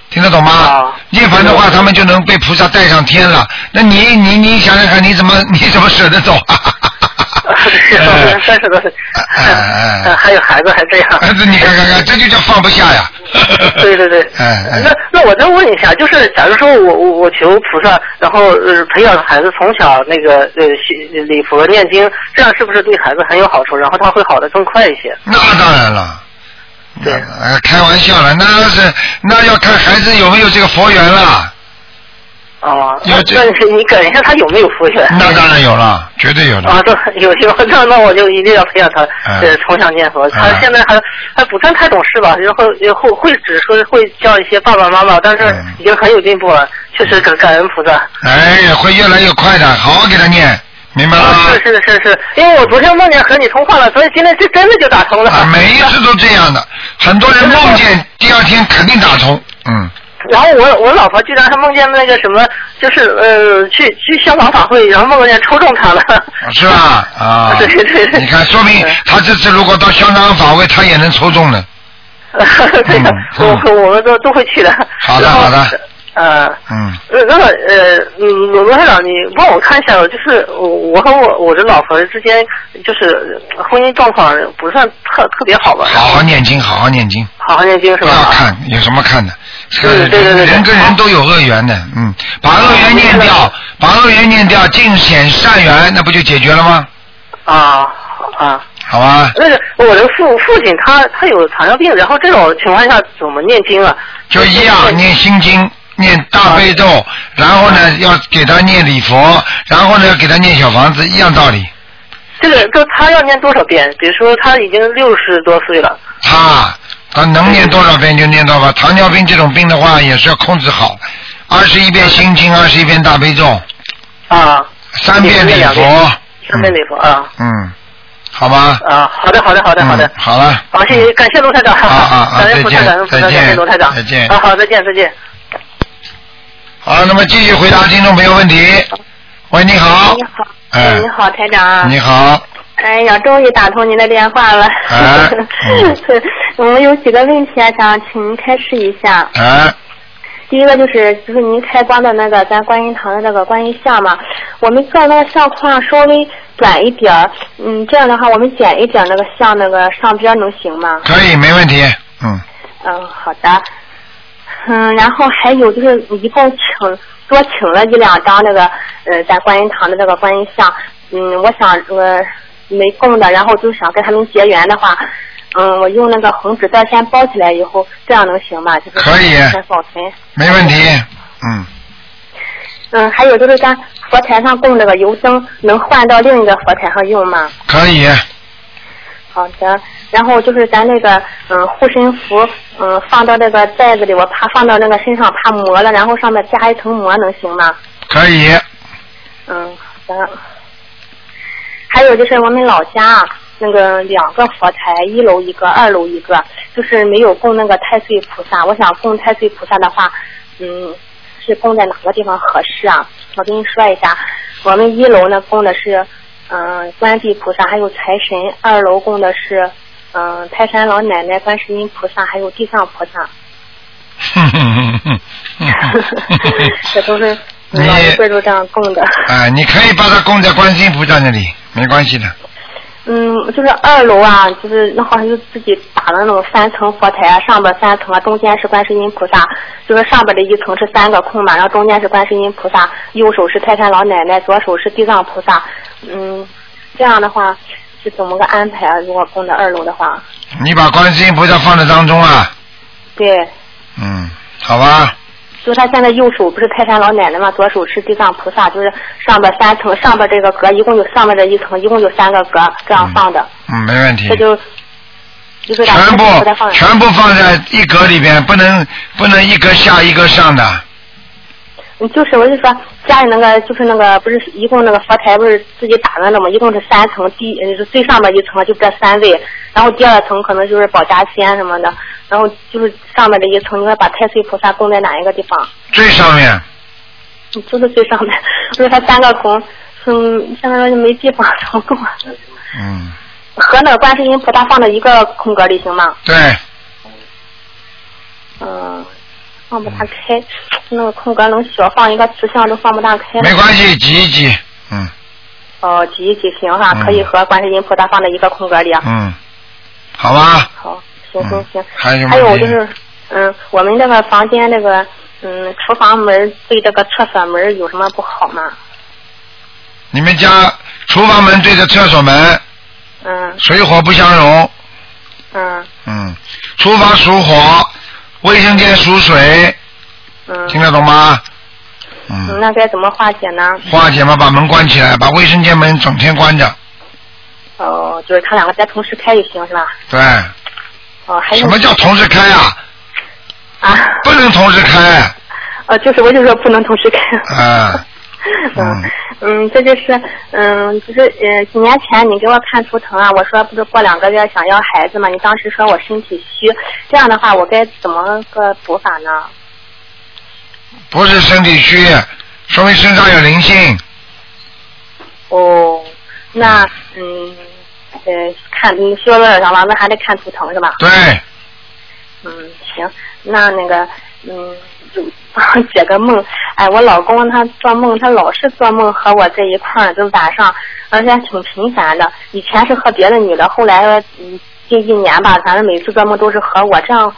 听得懂吗啊？涅槃的话，他们就能被菩萨带上天了。那你你你想想看，你怎么 你怎么舍得走啊？ 是哎三十多 岁哎哎，哎呃还有孩子还这样。儿子，你看看看，这就叫放不下呀。 对对对， 哎哎那那我再问一下，就是假如说我我我求菩萨，然后呃培养孩子从小那个呃学礼佛念经，这样是不是对孩子很有好处？然后他会好的更快一些。那当然了。对呃，开玩笑了，那要是那要看孩子有没有这个佛缘了。哦，有这那是你感一下他有没有佛缘？那当然有了，绝对有的。啊，都有些那那我就一定要培养他，嗯呃，从小念佛。他嗯现在还还不算太懂事吧，然后然后会只说会叫一些爸爸妈妈，但是嗯已经很有进步了，确实感感恩菩萨。哎，会越来越快的，好好给他念，明白了吗？啊是是是是，因为我昨天梦见和你通话了，所以今天这真的就打通了。啊，每一次都这样的，很多人梦见第二天肯定打通，嗯， 然后我我老婆居然还梦见那个什么，就是呃去去香港法会，然后梦见抽中她了。是吧？啊， 对对对你看，说明他这次如果到香港法会，他也能抽中呢。对呀、嗯 我我们都都会去的。好的然后好的。呃。嗯，呃，那个呃，嗯，罗台长，你帮我看一下，就是我我和我我的老婆之间，就是呃婚姻状况不算特特别好吧？好好念经，好好念经，好好念经是不吧？要看有什么看的。这个啊对对对对对人跟人都有恶缘的，嗯，把恶缘念掉，啊把恶缘念掉，尽显善缘，那不就解决了吗？嗯啊啊，好吧，那个我的父父亲他他有糖尿病，然后这种情况下怎么念经啊？就一样念心经，念大悲咒，然后呢要给他念礼佛，然后呢要给他念小房子，一样道理。这个这他要念多少遍？比如说他已经六十多岁了，他啊他能念多少遍就念多少吧。嗯糖尿病这种病的话，也是要控制好，二十一遍心经，二十一遍大悲咒，啊，三遍礼念两佛遍，三遍礼佛啊嗯，好吧。啊，好的好的好的好的嗯，，好了。好谢谢感谢卢台长，啊啊啊 感恩菩萨再见感恩菩萨再见感谢卢台长，再见啊好再见再见。好，那么继续回答听众朋友问题。喂，你好。你好，哎你，好，台长。你好，哎呀，终于打通您的电话了。 哎嗯我们有几个问题啊，想请您开示一下。哎，第一个就是，就是您开光的那个咱观音堂的那个观音像嘛，我们做那个相框稍微短一点儿，嗯，这样的话我们剪一点儿那个像那个上边儿能行吗？可以，哎没问题。嗯，嗯，好的。嗯，然后还有就是，一共请多请了一两张那个，呃，在观音堂的那个观音像，嗯，我想呃没供的，然后就想跟他们结缘的话，嗯，我用那个红纸袋先包起来以后，这样能行吗？就是可以先保存。没问题。嗯，嗯，还有就是咱佛台上供那个油灯，能换到另一个佛台上用吗？可以。 好的，然后就是咱那个嗯护身符，嗯放到那个袋子里，我怕放到那个身上怕磨了，然后上面加一层膜能行吗？可以，嗯，好的。还有就是我们老家啊，那个两个佛台，一楼一个，二楼一个，就是没有供那个太岁菩萨。我想供太岁菩萨的话，嗯，是供在哪个地方合适啊？我跟你说一下，我们一楼呢供的是嗯、观地菩萨，还有财神；二楼供的是嗯、泰山老奶奶、观世音菩萨，还有地藏菩萨。嗯 这都是你老一辈都这样供的。啊，你可以把它供在观世音菩萨那里，没关系的。嗯，就是二楼啊，就是那好像就自己打了那种三层佛台啊，上边三层啊，中间是观世音菩萨，就是上边的一层是三个空嘛，然后中间是观世音菩萨，右手是泰山老奶奶，左手是地藏菩萨。嗯，这样的话是怎么个安排啊？如果供在二楼的话，你把观世音菩萨放在当中啊，对，嗯，好吧，就是他现在右手不是泰山老奶奶嘛，左手是地藏菩萨，就是上边三层，上边这个格一共有上面这一层，一共有三个格，这样放的，嗯，没问题这。就就是把全观世音菩萨放部在全部放在一格里边，不能不能一格下一格上的。嗯，就是我就说家里那个就是那个不是一共那个佛台不是自己打的了吗？一共是三层，第呃就是最上面一层就这三位，然后第二层可能就是保家仙什么的，然后就是上面这一层，你说把太岁菩萨供在哪一个地方？最上面，嗯就是最上面，就是它三个孔，嗯，相当于没地方能供，啊嗯， 和那个观世音菩萨放到一个空格里行吗？对，嗯。放不大开，那个空格能小，放一个瓷像都放不大开。没关系，挤一挤，嗯哦，挤一挤行哈、嗯可以和观世音菩萨放在一个空格里啊。嗯，好吧，好，行行嗯行。，还有什么还有问就题？是，嗯，我们这个房间这个，嗯，厨房门对这个厕所门有什么不好吗？你们家厨房门对着厕所门，嗯水火不相容，嗯嗯，厨房属火，卫生间属水，嗯。听得懂吗？嗯嗯，那该怎么化解呢？化解嘛，把门关起来，把卫生间门整天关着。哦、就是他两个再同时开就行是吧？对，哦、还有什么叫同时开啊？啊？不能同时开，呃，就是我就说不能同时开。啊，嗯，嗯，这就是，嗯，就是，呃，几年前你给我看图腾啊，我说不是过两个月想要孩子嘛，你当时说我身体虚，这样的话我该怎么个补法呢？不是身体虚，说明身上有灵性。哦，那，嗯，呃，看你说了啥了？那还得看图腾是吧？对，嗯，行，那那个，嗯，就 帮我解个梦。哎，我老公他做梦，他老是做梦和我在一块儿，就晚上，而且还挺频繁的。以前是和别的女的，后来嗯，这一年吧，反正每次做梦都是和我，这样，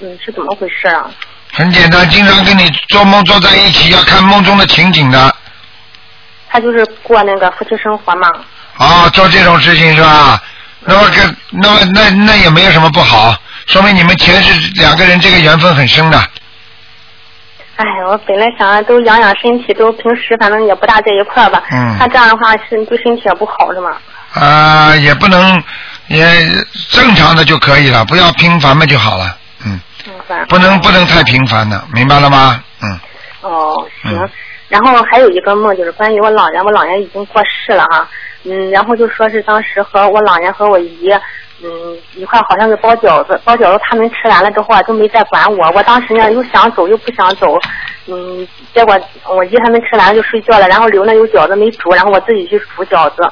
嗯，是怎么回事啊？很简单，经常跟你做梦做在一起，要看梦中的情景的。他就是过那个夫妻生活嘛。啊，做这种事情是吧？那么跟那么那那也没有什么不好，说明你们前世两个人这个缘分很深的。哎，我本来想着都养养身体，都平时反正也不大在一块儿吧。嗯他这样的话，身对身体也不好是吗？啊、也不能也正常的就可以了，不要频繁嘛就好了。嗯，嗯，反正不能不能太频繁的，明白了吗？嗯，哦，行。嗯然后还有一个梦，就是关于我姥爷，我姥爷已经过世了哈。嗯，然后就说是当时和我姥爷和我姨，嗯，一块儿好像是包饺子，包饺子他们吃完了之后啊，都没再管我。我当时呢又想走又不想走，嗯，结果我姨他们吃完了就睡觉了，然后留那有饺子没煮，然后我自己去煮饺子。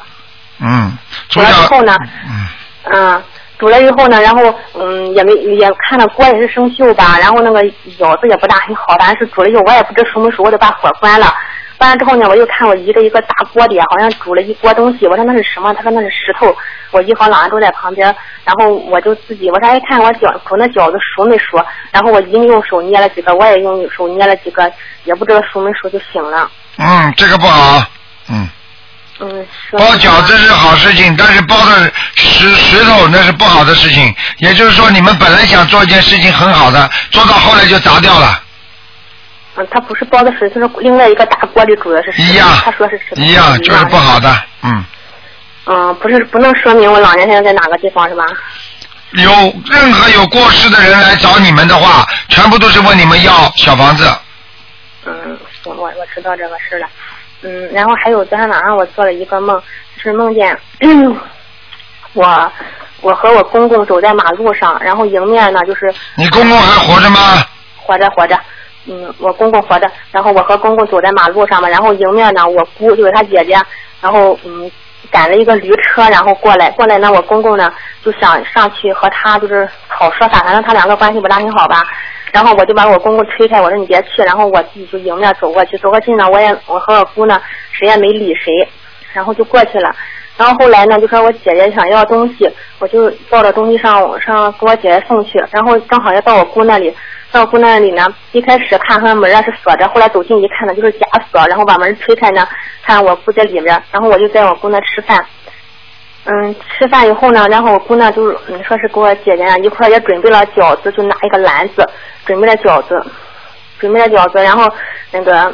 嗯，主完了角之后呢，嗯，嗯，煮了以后呢，然后嗯也没也看了锅也是生锈吧，然后那个舀子也不大很好，反正是煮了以后我也不知熟没熟，我就把火关了。关了之后呢，我又看我一个一个大锅里啊好像煮了一锅东西，我说那是什么？他说那是石头。我一和老安都在旁边，然后我就自己我说哎看我饺煮那饺子熟没熟？然后我一用手捏了几个，我也用手捏了几个，也不知道熟没熟就醒了。嗯，这个不好。嗯，嗯，说包饺子是好事情，但是包的石石头那是不好的事情。也就是说，你们本来想做一件事情很好的，做到后来就砸掉了，嗯，他不是包的水，他是另外一个大锅里煮的是一石头样，他说是石头，一样就是不好的。嗯，嗯，不是不能说明我老年现在在哪个地方是吧？有任何有过失的人来找你们的话，全部都是问你们要小房子。嗯，行，我我知道这个事了。嗯，然后还有昨天晚上我做了一个梦，就是梦见 我我和我公公走在马路上，然后迎面呢就是你公公还活着吗？活着活着，嗯，我公公活着，然后我和公公走在马路上嘛，然后迎面呢，我姑就是他姐姐，然后嗯，赶了一个驴车，然后过来，过来呢，我公公呢就想上去和他就是好说法，反正他两个关系不大很好吧。然后我就把我公公推开，我说你别去，然后我自己就迎面走过去，走过去呢，我也我和我姑呢，谁也没理谁，然后就过去了。然后后来呢，就说我姐姐想要东西，我就抱着东西上上给我姐姐送去，然后正好要到我姑那里，到我姑那里呢，一开始看她门啊是锁着，后来走近一看呢就是假锁，然后把门推开呢，看我姑在里面，然后我就在我姑那吃饭。嗯，吃饭以后呢，然后我姑呢就是嗯说是给我姐姐啊一块儿也准备了饺子，就拿一个篮子准备了饺子，准备了饺子，然后那个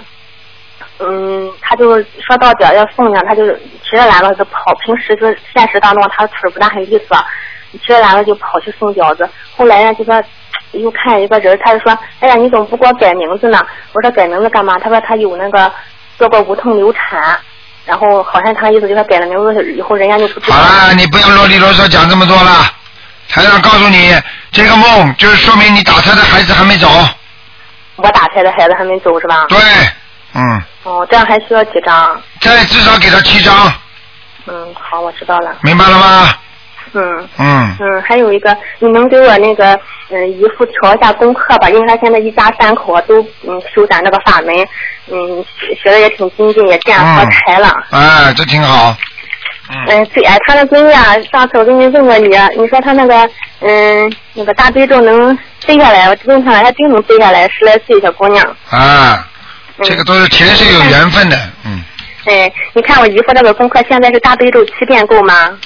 嗯，他就说到点儿要送呢，他就直接来了就跑。平时就是现实当中他腿儿不大很利索，直接来了就跑去送饺子。后来呢，就说又看一个人，他就说：“哎呀，你怎么不给我改名字呢？”我说：“改名字干嘛？”他说：“他有那个做过无痛流产，然后好像他意思就是改了名字以后人家就不知道好。”啦，啊你不要啰里啰嗦讲这么多了。台长告诉你，这个梦就是说明你打胎的孩子还没走。我打胎的孩子还没走是吧？对，嗯，哦，这样还需要几张？再至少给他七张，嗯，好，我知道了。明白了吗？嗯。嗯，嗯，还有一个，你能给我那个嗯姨父调一下功课吧？因为他现在一家三口都嗯修咱这个法门，嗯学学的也挺精进，也见佛台了。哎，这挺好。嗯，嗯，对，哎，他那闺女啊，上次我给你问过你，啊你说他那个嗯那个大悲咒能背下来，我问他了，还真能背下来，十来岁小姑娘。啊，嗯、这个都是前世有缘分的，嗯，哎，你看我姨父那个功课现在是大悲咒七遍够吗？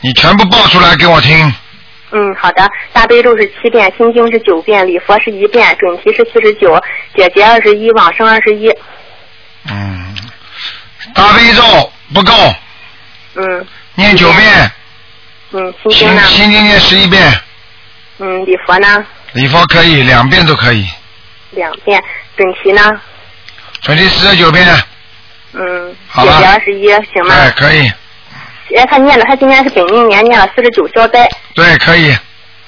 你全部报出来给我听，嗯，好的。大悲咒是七遍，心经是九遍，礼佛是一遍，准提是四十九，解结二十一，往生二十一。嗯，大悲咒不够，嗯念九遍，嗯，心经心呢？心经念十一遍，嗯，礼佛呢？礼佛可以两遍都可以，两遍，准提呢？准提四十九遍，嗯，好解吧结二十一，行吗？哎，可以，哎，他念了，他今年是本命年，念了四十九消灾。对，可以，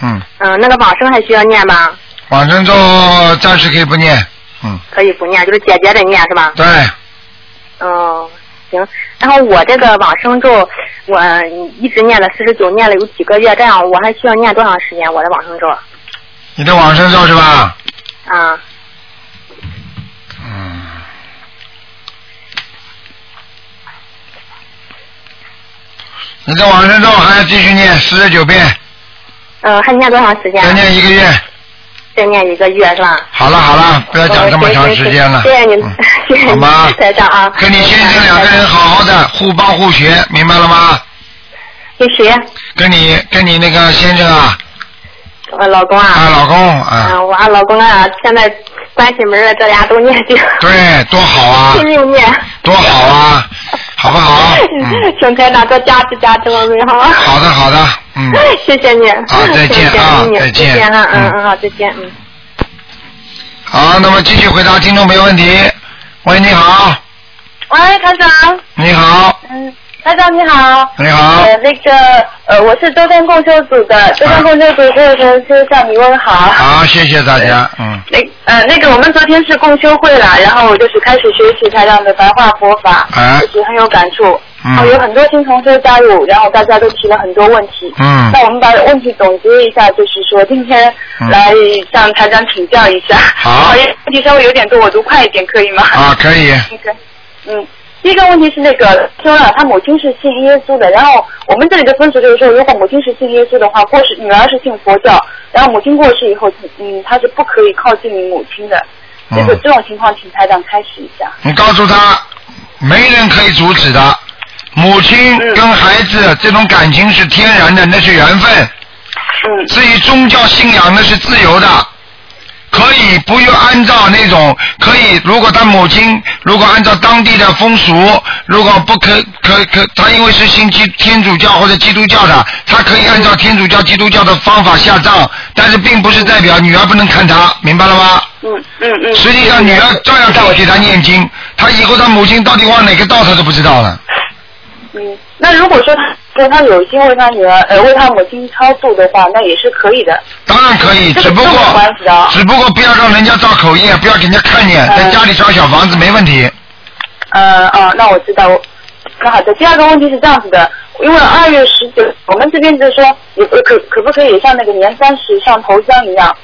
嗯，嗯，那个往生还需要念吗？往生咒暂时可以不念，嗯，可以不念，就是姐姐得念是吧？对，嗯，行。然后我这个往生咒，我一直念了四十九，念了有几个月，这样我还需要念多长时间？我的往生咒你的往生咒是吧？啊，嗯，你的往生咒还要继续念四十九遍，嗯，还念多长时间？再念一个月。再念一个月是吧？好了好了，不要讲这么长时间了。哦谢谢您嗯，谢谢好您吗，台长啊。跟你先生两个人好好的互帮互学，明白了吗？跟谁？跟你跟你那个先生啊，我老公啊啊。老公啊，啊，我俺老公啊，现在关起门来，这俩都念经，对，多好啊拼，命念。 多好啊，好不好？嗯，请台长多加持加持我们好吗？好的好的，嗯。 谢谢你。好再见啊谢谢你再见再见啊，嗯嗯嗯，好，再见，嗯。好，那么继续回答听众朋友问题。喂，你好，喂，台长，你好，嗯，台长你好。你好，啊呃，那个，呃，我是周天共修组的，周天共修组这个同学向你问好。好，谢谢大家，嗯，那呃，那个我们昨天是共修会了，然后我就是开始学习台长的白话佛法，哎就是很有感触。嗯然后有很多新同学加入，然后大家都提了很多问题。嗯那我们把问题总结一下，就是说今天嗯来向台长请教一下。好因为问题稍微有点多，我读快一点可以吗？啊，可以，那个，嗯，第一个问题是那个说了，他母亲是信耶稣的，然后我们这里的分值就是说，如果母亲是信耶稣的话，过世女儿是信佛教，然后母亲过世以后，嗯，她是不可以靠近母亲的。嗯这个这种情况，请台长开始一下。你告诉他，没人可以阻止的。母亲跟孩子这种感情是天然的，那是缘分。嗯至于宗教信仰，那是自由的，可以不用按照那种可以。如果他母亲如果按照当地的风俗，如果不可可可，他因为是信基天主教或者基督教的，他可以按照天主教、基督教的方法下葬，但是并不是代表女儿不能看他，明白了吗？嗯嗯嗯。实际上女儿照样可以给他念经，他以后他母亲到底往哪个道他都不知道了。嗯，那如果说他说他有心为他女儿呃为他母亲超度的话，那也是可以的。当然可以，这个只不这么过关系啊只不过不要让人家造口业，不要给人家看见，嗯在家里烧小房子没问题。呃，哦，那我知道。我那好的，第二个问题是这样子的，因为二月十九，我们这边就是说，也不可可不可以像那个年三十上头香一样，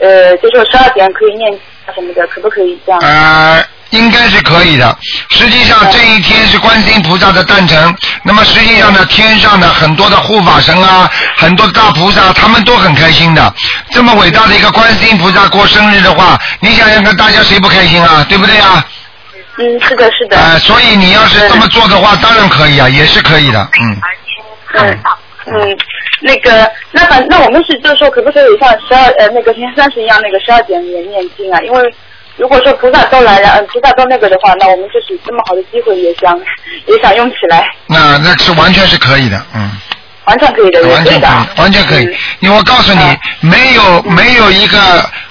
呃，就说十二点可以念啊什么的，可不可以这样？呃，应该是可以的。实际上嗯这一天是观世音菩萨的诞辰，那么实际上呢，天上的很多的护法神啊，很多大菩萨，他们都很开心的。这么伟大的一个观世音菩萨过生日的话，你想想看，大家谁不开心啊？对不对啊？嗯，是的，是的。呃，所以你要是这么做的话，当然可以啊，也是可以的，嗯。嗯嗯，那个，那反那我们是就是说，可不可以像十二呃那个年三十一样，那个十二点也念经啊？因为如果说菩萨都来了，嗯、菩萨都那个的话，那我们就是这么好的机会也想 也想用起来，那那是完全是可以的，嗯，完全可以的，也完对全的可啊。以，完全可以嗯。因为我告诉你啊，没有没有一个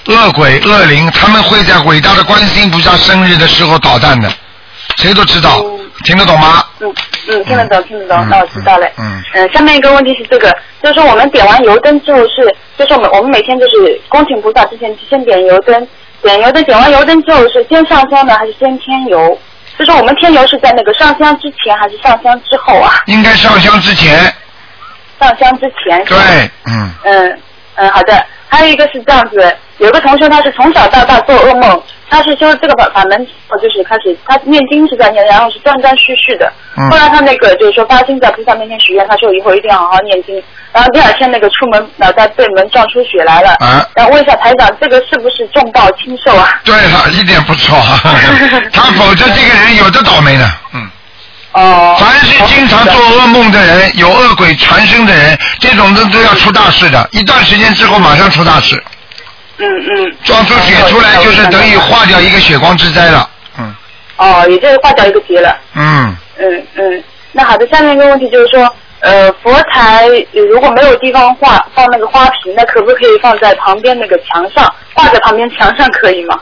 恶鬼恶灵，他们会在伟大的观世音菩萨生日的时候捣蛋的，谁都知道嗯，听得懂吗？嗯嗯，听得懂，听得懂嗯，那我知道了。嗯嗯，下面一个问题是这个，就是说我们点完油灯之后是，就是我们我们每天就是恭请菩萨之前先点油灯，点油灯点完油灯之后是先上香呢还是先添油？就是我们添油是在那个上香之前还是上香之后啊？应该上香之前，上香之前。是吧。对，嗯，嗯嗯，好的。还有一个是这样子，有个同学他是从小到大做噩梦，他是修这个法法门，我就是开始他念经是在念，然后是断断续续的。嗯后来他那个就是说发心在菩萨面前许愿，他说以后一定要好好念经。然后第二天那个出门脑袋被门撞出血来了。啊然后问一下台长，这个是不是重报轻受啊？对了，一点不 错，他否则这个人有的倒霉呢，嗯。哦。凡是经常做噩梦供的人，有恶鬼缠身的人，这种的都要出大事的。一段时间之后，马上出大事，嗯嗯。撞出血出来就是等于化掉一个血光之灾了。嗯哦，也就是化掉一个结了。嗯，嗯嗯，那好的，下面一个问题就是说，呃，佛台呃如果没有地方画放那个花瓶，那可不可以放在旁边那个墙上，挂在旁边墙上可以吗？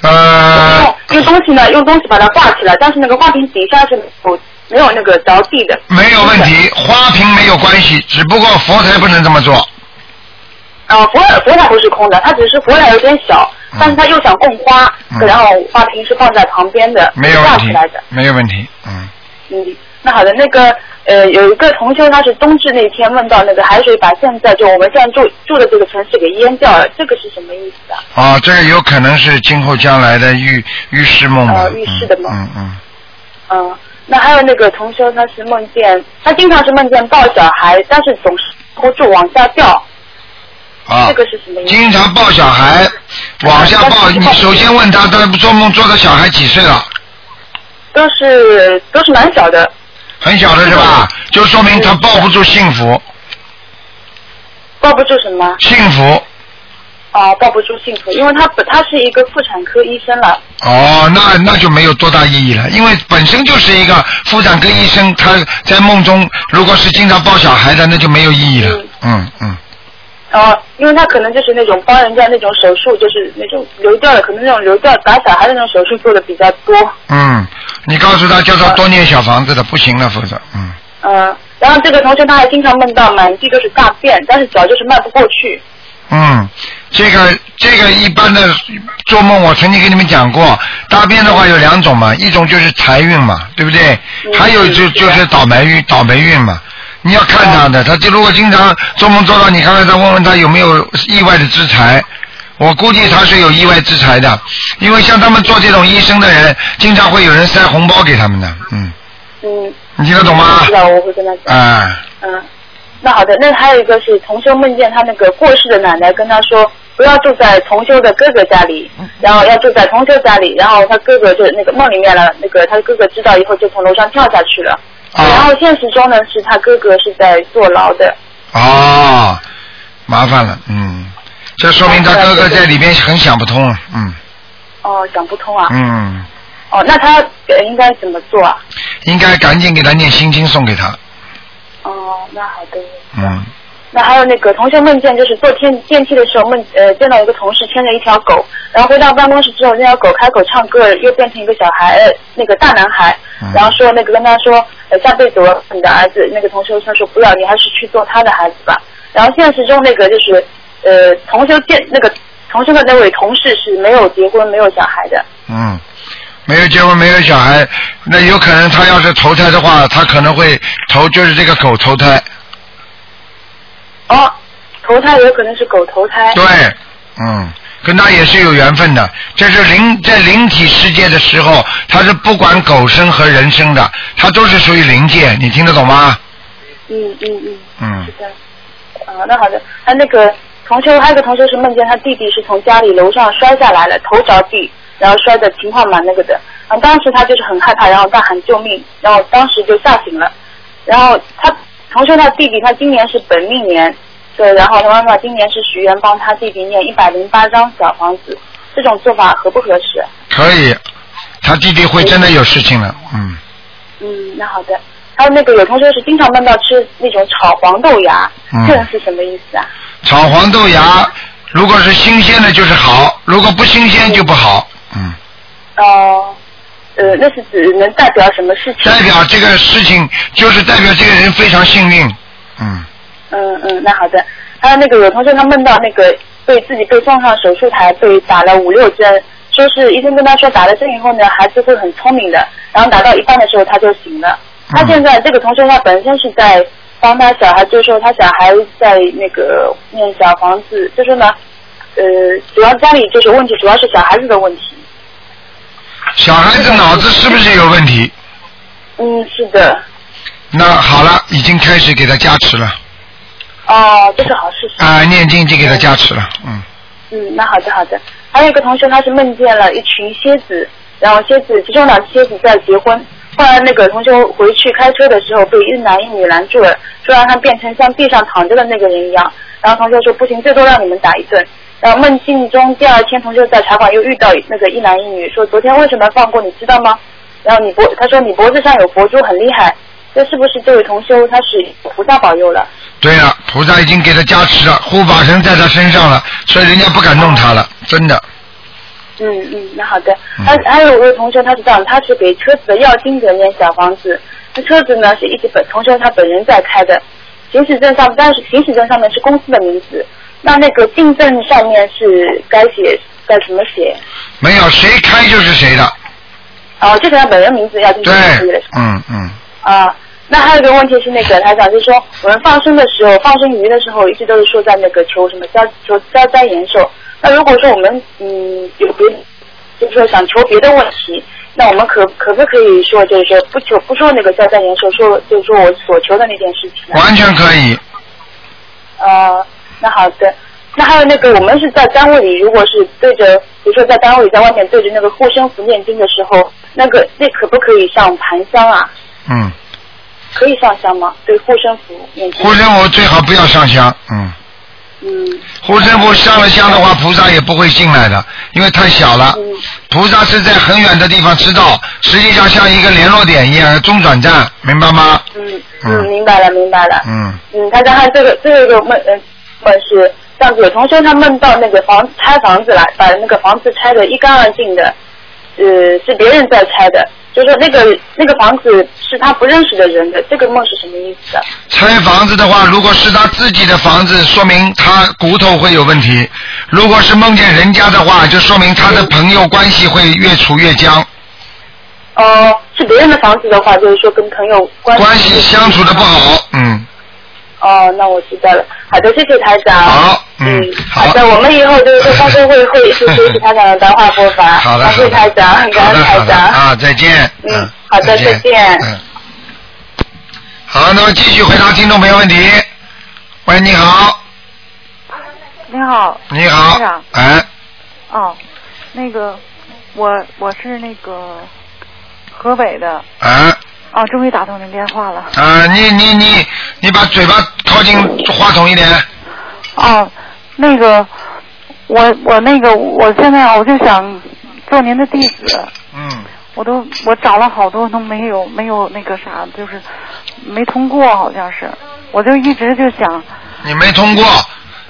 呃，用用东西呢，用东西把它挂起来，但是那个花瓶底下是没有没有那个着地的。没有问题，花瓶没有关系，只不过佛台不能这么做。啊、佛佛台不是空的，它只是佛台有点小，但是它又想供花，嗯然后花瓶是放在旁边的，没有挂问起题来的。，没有问题，嗯，嗯，那好的，那个呃，有一个同修，他是冬至那天梦到那个海水把现在就我们现在住住的这个城市给淹掉了，这个是什么意思啊？啊，这个有可能是今后将来的预预示梦吧啊预示的梦嗯嗯嗯，那还有那个同修，他是梦见他经常是梦见抱小孩，但是总是不住往下掉，嗯啊这，个是什么意思？经常抱小孩往下抱，嗯你首先问他，他做梦做的小孩几岁了？都是都是蛮小的，很小的是吧？嗯就说明他抱不住幸福，抱不住什么幸福啊，抱不住幸福，因为他本他是一个妇产科医生了，哦，那那就没有多大意义了，因为本身就是一个妇产科医生，他在梦中如果是经常抱小孩的，那就没有意义了。嗯嗯，哦，因为他可能就是那种帮人家那种呃手术，就是那种流掉了，可能那种流掉打小孩的那种手术做的比较多，嗯，你告诉他叫他多念小房子的，不行了，否则嗯。嗯、然后这个同学他还经常梦到满地都是大便，但是脚就是迈不过去，嗯，这个这个一般的做梦，我曾经跟你们讲过，大便的话有两种嘛，一种就是财运嘛，对不对？嗯还有就对就是倒霉运，倒霉运嘛。你要看他的，他就如果经常做梦做到，你看看他，问问他有没有意外的之财。我估计他是有意外之财的，因为像他们做这种医生的人，经常会有人塞红包给他们的，嗯，嗯，你听得懂吗知？道我会跟他讲，啊、嗯、那好的，那还有一个是同修梦见他那个过世的奶奶跟他说。不要住在同修的哥哥家里，嗯然后要住在同修家里。然后他哥哥就那个梦里面了，那个他哥哥知道以后就从楼上跳下去了。啊然后现实中呢，是他哥哥是在坐牢的。哦，麻烦了，嗯，这说明他哥哥在里边很想不通啊，嗯哦，想不通啊。嗯，哦，那他呃应该怎么做啊？应该赶紧给他念心经送给他，哦，那好的。嗯，那还有那个同学梦见，就是坐天电梯的时候梦呃见到一个同事牵着一条狗，然后回到办公室之后，那条狗开口唱歌，又变成一个小孩，呃那个大男孩嗯，然后说那个跟他说，呃下辈子我要做你的儿子，那个同学他说不要，你还是去做他的孩子吧。然后现实中那个就是呃同学见那个同学的那位同事是没有结婚没有小孩的，嗯，没有结婚没有小孩，那有可能他要是投胎的话，他可能会投就是这个狗投胎，哦，投胎有可能是狗投胎。对，嗯，跟他也是有缘分的。这是灵在灵体世界的时候，他是不管狗生和人生的，他都是属于灵界，你听得懂吗？嗯嗯嗯，嗯是，的。啊，那好的。他那个同修，还有一个同修是梦见他弟弟是从家里楼上摔下来了，头着地，然后摔的情况蛮那个的。啊，当时他就是很害怕，然后大喊救命，然后当时就吓醒了。然后他同修他弟弟，他今年是本命年，对，然后他妈妈今年是许愿帮他弟弟念一百零八张小房子，这种做法合不合适？可以，他弟弟会真的有事情了，嗯。嗯，那好的。还有那个有同学是经常梦到吃那种炒黄豆芽，嗯这个是什么意思啊？炒黄豆芽，如果是新鲜的就是好，如果不新鲜就不好。嗯，哦，呃，那是指能代表什么事情？代表这个事情就是代表这个人非常幸运。嗯，嗯嗯，那好的。还有那个有同学他梦到那个被自己被送上手术台，被打了五六针，说是医生跟他说打了针以后呢，孩子会很聪明的，然后打到一半的时候他就醒了。他嗯现在这个同学他本身是在帮他小孩，就是说他小孩在那个念小房子，就说呢，呃，主要家里就是问题主要是小孩子的问题。小孩子脑子是不是有问题？嗯，是的。那好了，已经开始给他加持了哦，这是好事情。啊、念经已经给他加持了。嗯，嗯，那好的好的。还有一个同学，他是梦见了一群蝎子，然后蝎子其中两只蝎子在结婚，后来那个同学回去开车的时候被一男一女拦住了，说让他变成像地上躺着的那个人一样。然后同学说不行，最多让你们打一顿。然后梦境中第二天同学在茶馆又遇到那个一男一女，说昨天为什么放过你知道吗？然后你脖他说你脖子上有佛珠很厉害，这是不是这位同修他是菩萨保佑了？对了，菩萨已经给他加持了，护法神在他身上了，所以人家不敢弄他了，真的。嗯嗯，那好的。还还有一位同学，他是这样，他是给车子的要经者念小房子。那车子呢是一直本同学他本人在开的，行驶证上但是行驶证上面是公司的名字，那那个进证上面是该写该怎么写？没有谁开就是谁的，哦，就是他本人名字要进对证就可以了。，嗯嗯，啊，那还有一个问题是那个台长，就是说我们放生的时候，放生鱼的时候，一直都是说在那个求什么消求消灾延寿。那如果说我们嗯有别，就是说想求别的问题，那我们可可不可以说就是说不求不说那个消灾延寿，说就是说我所求的那件事情呢？完全可以。呃，那好的。那还有那个，我们是在单位里，如果是对着，比如说在单位里在外面对着那个护身符念经的时候，那个那可不可以上盘香啊？嗯，可以上香吗？对护身符念经。护身符最好不要上香，嗯，嗯护身符上了香的话，菩萨也不会进来的，因为太小了。嗯菩萨是在很远的地方知道，实际上像一个联络点一样，中转站，明白吗？嗯嗯嗯，明白了明白了。嗯，嗯，他刚才这个这个梦呃梦是这样子，有同学他梦到那个房拆房子了，把那个房子拆得一干二净的，呃是别人在拆的，就是说那个那个房子是他不认识的人的，这个梦是什么意思的？啊拆房子的话，如果是他自己的房子，说明他骨头会有问题；如果是梦见人家的话，就说明他的朋友关系会越处越僵，哦、是别人的房子的话，就是说跟朋友关系关系相处的不。好。嗯，哦，那我知道了。好的，谢谢台长。好嗯好好的，我们以后就是说发生会会就学习台长的白话佛法。 好的，感谢台长，感好恩的，台好的长。啊，再见。嗯好的再见嗯。好，那么继续回答听众朋友问题。喂，你好，你好，你好台长，哎，哦，那个，我我是那个河北的，哎，哦，终于打通您电话了。啊，你你你你把嘴巴靠近话筒一点，哦，那个，我我那个，我现在啊我就想做您的弟子，嗯，我都我找了好多都没有没有那个啥，就是没通过，好像是，我就一直就想，你没通过，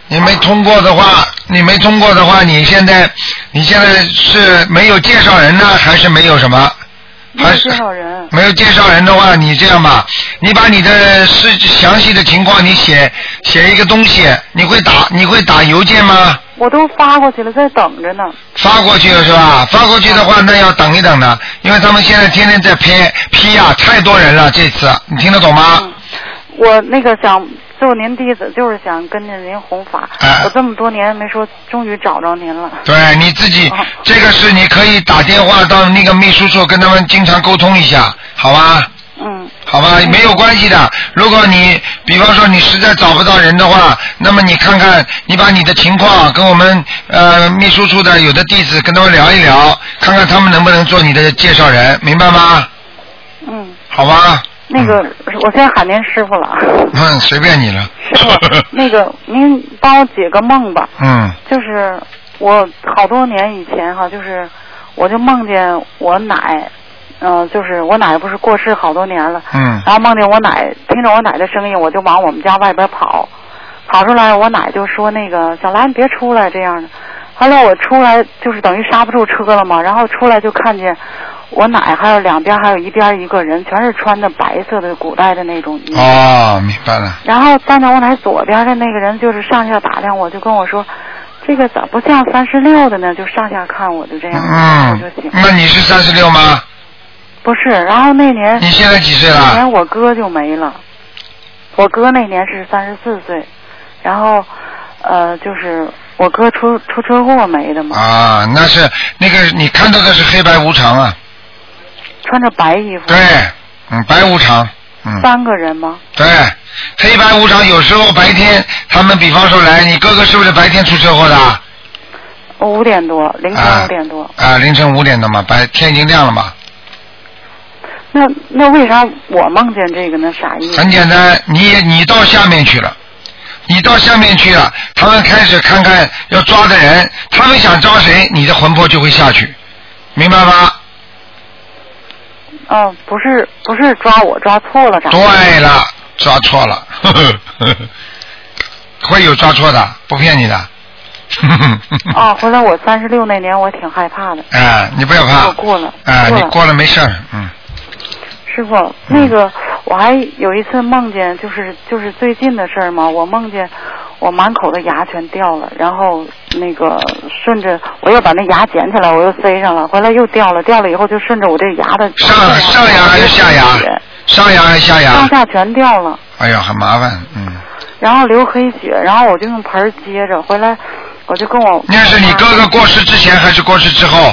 你没通过的话，你没通过的话，你现在你现在是没有介绍人呢，还是没有什么？没有还是多少人，没有介绍人的话，你这样吧，你把你的事详细的情况你写写一个东西，你会打你会打邮件吗？我都发过去了，在等着呢。发过去是吧？发过去的话，那要等一等的，因为他们现在天天在批批呀、太多人了。这次你听得懂吗？嗯，我那个想做您弟子，就是想跟着您弘法。哎我这么多年没说，终于找着您了。对你自己哦，这个是你可以打电话到那个秘书处跟他们经常沟通一下，好吧？嗯好吧，没有关系的。如果你比方说你实在找不到人的话，那么你看看，你把你的情况跟我们呃秘书处的有的弟子跟他们聊一聊，看看他们能不能做你的介绍人，明白吗？嗯，好吧。那个、我先喊您师傅了。 嗯，随便你了。师傅，那个您帮我解个梦吧。嗯就是我好多年以前哈，就是我就梦见我奶，嗯、就是我奶不是过世好多年了，嗯然后梦见我奶，听着我奶的声音，我就往我们家外边跑，跑出来，我奶就说那个小兰你别出来这样的。后来我出来就是等于刹不住车了嘛，然后出来就看见我奶还有两边还有一边一个人，全是穿的白色的古代的那种衣服。哦，明白了。然后站在我奶左边的那个人就是上下打量我，就跟我说，这个咋不像三十六的呢？就上下看我，就这样，我嗯就醒，。那你是三十六吗？不是，然后那年你现在几岁那了？年我哥就没了，我哥那年是三十四岁，然后呃，就是我哥出出车祸没的嘛，啊，那是那个你看到的是黑白无常啊。穿着白衣服，对，嗯，白无常，嗯。三个人吗？对，黑白无常有时候白天，他们比方说来，你哥哥是不是白天出车祸的？啊、五点多，凌晨五点多，啊，凌晨五点的嘛，白天已经亮了嘛。那那为啥我梦见这个呢？啥意思？很简单，你你到下面去了，你到下面去了，他们开始看看要抓的人，他们想抓谁，你的魂魄就会下去，明白吗？哦，不是不是抓我抓错了啥？对了，抓错了， 呵呵呵呵会有抓错的，不骗你的。 哦，回来我三十六那年我挺害怕的。啊，你不要怕我，过了，啊，过你了。过了没事儿，嗯，师傅，那个我还有一次梦见，就是就是最近的事儿嘛，我梦见我满口的牙全掉了，然后那个顺着我又把那牙捡起来，我又塞上了，回来又掉了，掉了以后就顺着我这牙的上上牙还是下牙？上牙还是下上牙？下全掉了，哎呀，很麻烦，嗯，然后流黑血，然后我就用盆儿接着，回来我就跟我那是你哥哥过世之前还是过世之后？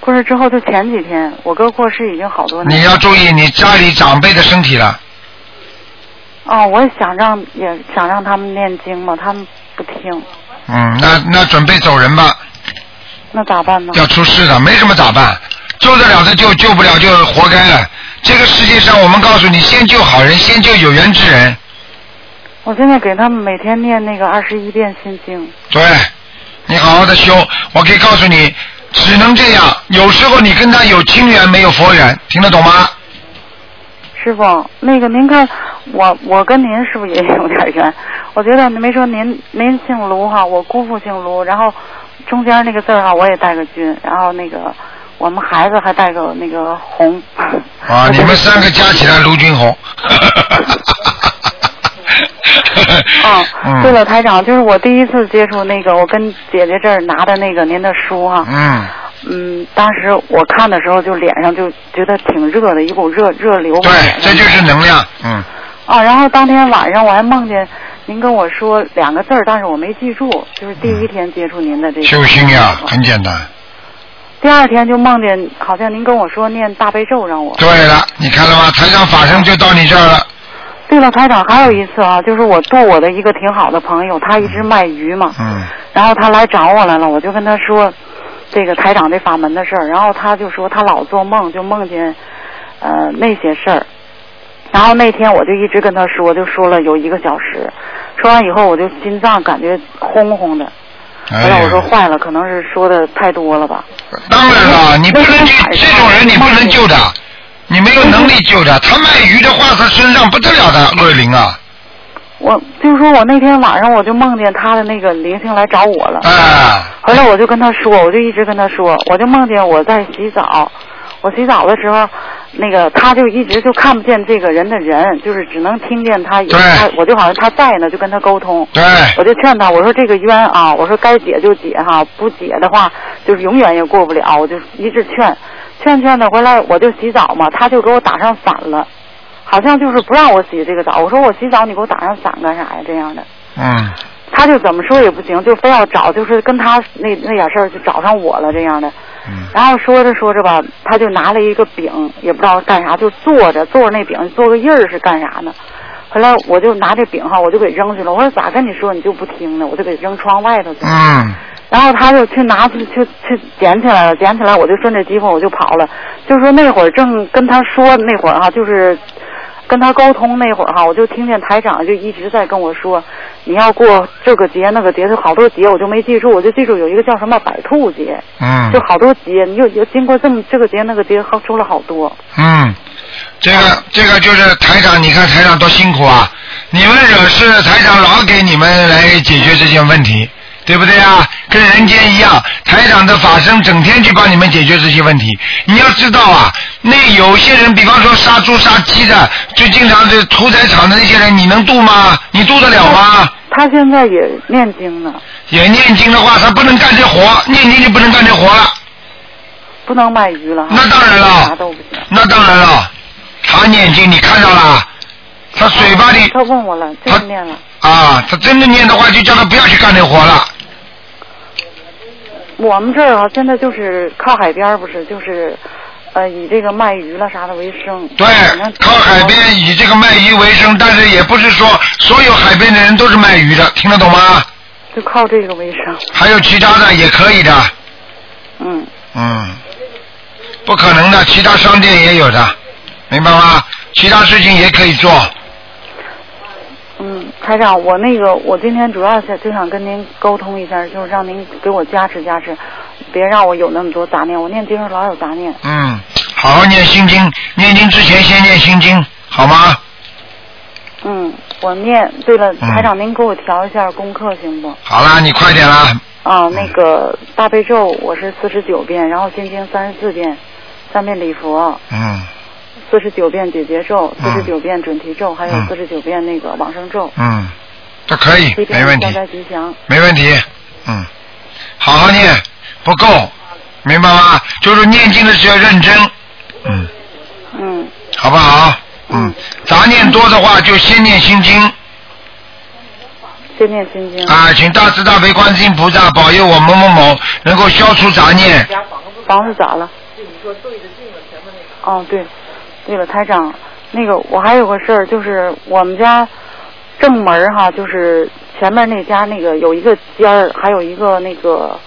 过世之后就前几天，我哥过世已经好多年。你要注意你家里长辈的身体了。哦，我想让也想让他们念经嘛，他们不听，嗯，那那准备走人吧，那咋办呢？要出事的，没什么咋办，救得了的救，救不了就活该了。这个世界上，我们告诉你，先救好人，先救有缘之人。我现在给他们每天念那个二十一遍心经。对，你好好的修，我可以告诉你，只能这样。有时候你跟他有亲缘，没有佛缘，听得懂吗？师傅，那个您看，我我跟您是不是也有点冤？我觉得没说您您姓卢哈，我姑父姓卢，然后中间那个字儿哈我也带个军，然后那个我们孩子还带个那个红。 啊，你们三个加起来，卢军 红。啊，嗯对了，台长，就是我第一次接触那个，我跟姐姐这儿拿的那个您的书哈、嗯，嗯，当时我看的时候就脸上就觉得挺热的，一股热热流往对脸，这上。就是能量。嗯，啊，然后当天晚上我还梦见您跟我说两个字儿，但是我没记住，就是第一天接触您的这个修心呀，很简单。第二天就梦见好像您跟我说念大悲咒让我。对了，你看了吗？台上法身就到你这儿了。对了，台长，还有一次啊，就是我度我的一个挺好的朋友，他一直卖鱼嘛，嗯然后他来找我来了，我就跟他说这个台长这法门的事儿，然后他就说他老做梦，就梦见呃那些事儿。然后那天我就一直跟他说，就说了有一个小时，说完以后我就心脏感觉轰轰的，后哎来我说呀，坏了，可能是说的太多了吧。当然了，你不能救这种人，你不能救的，你没有能力救的。他卖鱼的话，他身上不得了的恶灵啊！我就说我那天晚上我就梦见他的那个灵性来找我了，啊，后来我就跟他说，我就一直跟他说，我就梦见我在洗澡，我洗澡的时候，那个他就一直就看不见这个人的人，就是只能听见他有对他，我就好像他在呢，就跟他沟通。对我就劝他，我说这个冤啊，我说该解就解哈、不解的话就是永远也过不了。我就一直劝，劝劝的回来我就洗澡嘛，他就给我打上伞了，好像就是不让我洗这个澡。我说我洗澡你给我打上伞干啥呀？这样的。嗯，他就怎么说也不行，就非要找，就是跟他那那点事儿就找上我了这样的。然后说着说着吧，他就拿了一个饼，也不知道干啥，就坐着坐着那饼做个印儿是干啥呢？后来我就拿这饼哈，我就给扔去了。我说咋跟你说你就不听呢？我就给扔窗外头去啊了。Ah. 嗯，然后他就去拿去去去捡起来了，捡起来我就顺着机会我就跑了。就说那会儿正跟他说那会儿哈、就是跟他沟通那会儿哈、我就听见台长就一直在跟我说，你要过这个节那个节，就好多节我就没记住，我就记住有一个叫什么百兔节，嗯就好多节，你又又经过这么这个节那个节，好出了好多。嗯，这个这个就是台长，你看台长多辛苦啊！你们惹事，台长老给你们来解决这些问题，对不对啊？跟人间一样，台长的法身整天去帮你们解决这些问题。你要知道啊，那有些人，比方说杀猪杀鸡的，就经常这屠宰场的那些人，你能渡吗？你渡得了吗？他现在也念经呢，也念经的话，他不能干这活，念经就不能干这活了。不能卖鱼了哈。那当然了啊啥都不行。那当然了，他念经你看到啊了，他嘴巴里他问我了，他真念了。啊，他真的念的话，就叫他不要去干那活了。我们这儿啊，现在就是靠海边，儿，不是就是，呃，以这个卖鱼了啥的为生。对反正，靠海边以这个卖鱼为生，但是也不是说所有海边的人都是卖鱼的，听得懂吗？就靠这个为生。还有其他的也可以的，嗯，嗯，不可能的，其他商店也有的，明白吗？其他事情也可以做，嗯，台长，我那个我今天主要想就想跟您沟通一下，就是让您给我加持加持，别让我有那么多杂念。我念经时候老有杂念。嗯，好好念心经，念经之前先念心经，好吗？嗯，我念对了，台长，您给我调一下功课行不？好啦，你快点啦，啊，那个大悲咒我是四十九遍，然后心经三十四遍，三遍礼佛，嗯四十九遍解结咒，四嗯十九遍准提咒，还有嗯四十九遍那个往生咒。嗯，这可以这，边没问题消，灾吉祥。没问题，嗯，好好念，不够，明白吗？就是念经的时候认真，嗯，嗯，好不好？嗯，杂念多的话就先念心经先念心经。啊，请大慈大悲观世音菩萨保佑我某某某能够消除杂念。房子咋了？哦，对，对了，台长，那个我还有个事儿，就是我们家正门儿哈，就是前面那家那个有一个尖儿，还有一个那个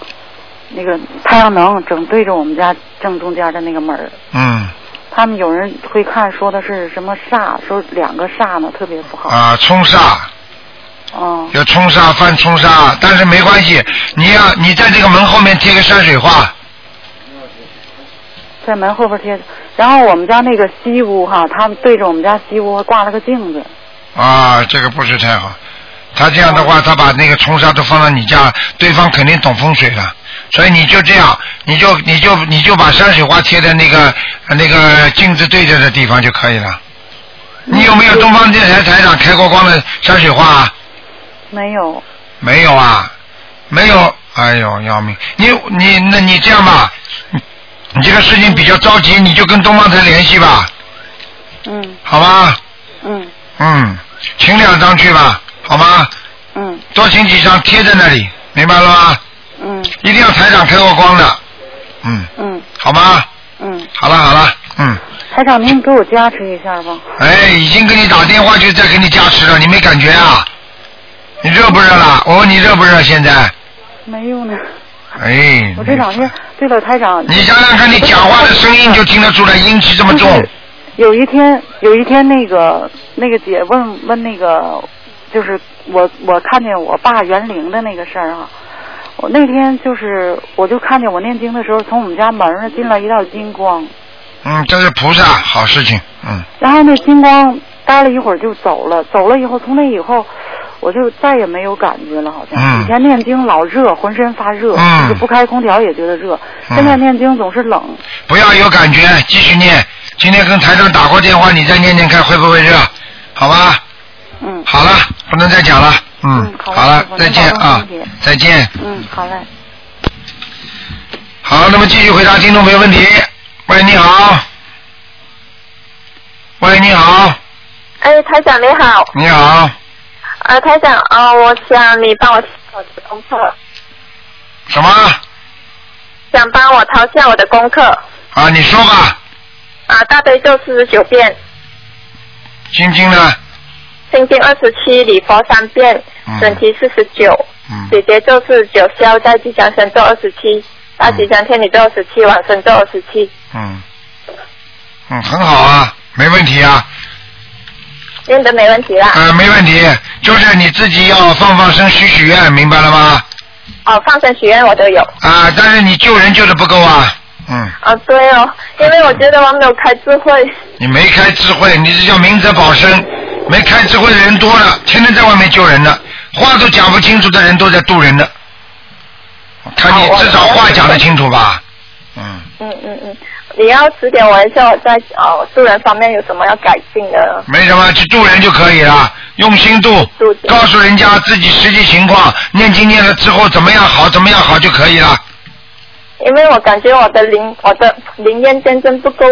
那个太阳能正对着我们家正中间的那个门儿。嗯他们有人会看，说的是什么煞，说两个煞呢，特别不好。啊，冲煞哦有冲煞犯冲煞，但是没关系，你要你在这个门后面贴个山水画，在门后边贴。然后我们家那个西屋哈，他们对着我们家西屋挂了个镜子。啊，这个不是太好。他这样的话，他把那个冲煞都放到你家，对方肯定懂风水了。所以你就这样，你就你就你就把山水画贴在那个那个镜子对着的地方就可以了。你有没有东方电台台长开过光的山水画啊？没有，没有啊，没有。哎呦，要命！你你那你这样吧，你这个事情比较着急，你就跟东方台联系吧，嗯好吧？嗯嗯，请两张去吧，好吗？嗯多请几张贴在那里，明白了吗？嗯一定要台长开过光的，嗯，嗯好吗？嗯，好了好了，嗯，台长您给我加持一下吧。哎，已经给你打电话就在给你加持了，你没感觉啊？你热不热了？我问你热不热？现在？没有呢，哎，我这两天对了，台长，你想想看，你讲话的声音就听得出来阴气这么重。嗯有一天有一天那个那个姐问问那个，就是我我看见我爸园林的那个事儿啊。我那天就是，我就看见我念经的时候，从我们家门儿那进来一道金光，嗯，这是菩萨，好事情。嗯然后那金光待了一会儿就走了，走了以后，从那以后我就再也没有感觉了，好像、嗯以前念经老热，浑身发热，嗯就是不开空调也觉得热，嗯现在念经总是冷。不要有感觉，继续念。今天跟台长打过电话，你再念念看会不会热，好吧？嗯好了，不能再讲了。嗯嗯，好了了师，傅再见您保重啊身体，再见。嗯，好嘞。好，那么继续回答听众朋友问题。喂，你好。喂，你好，哎，台长你好，你好，呃，台长，呃，我想你帮我调整功课，什么？想帮我调下我的功课，啊，你说吧，啊、大悲咒四十九遍，晶晶呢？心经二十七，礼佛三遍，嗯准提四十九，嗯姐姐咒四十九，消灾吉祥神咒二十七，大吉祥天女咒二十七，往生咒二十七。嗯嗯，很好啊，没问题啊。念的没问题啦。呃，没问题，就是你自己要放放生、许许愿，明白了吗？哦，放生许愿我都有。啊，但是你救人救的不够啊，嗯，哦，对哦，因为我觉得我没有开智慧。 你没开智慧，你这叫明哲保身。没开智慧的人多了，天天在外面救人的，话都讲不清楚的人都在渡人的。我看你哦我至少话讲得清楚吧？嗯，嗯嗯嗯，你要指点我一下，我在哦助人方面有什么要改进的？没什么，去渡人就可以了，用心渡渡人，告诉人家自己实际情况，念经念了之后怎么样好，怎么样好就可以了。因为我感觉我的灵，我的灵验见证不够，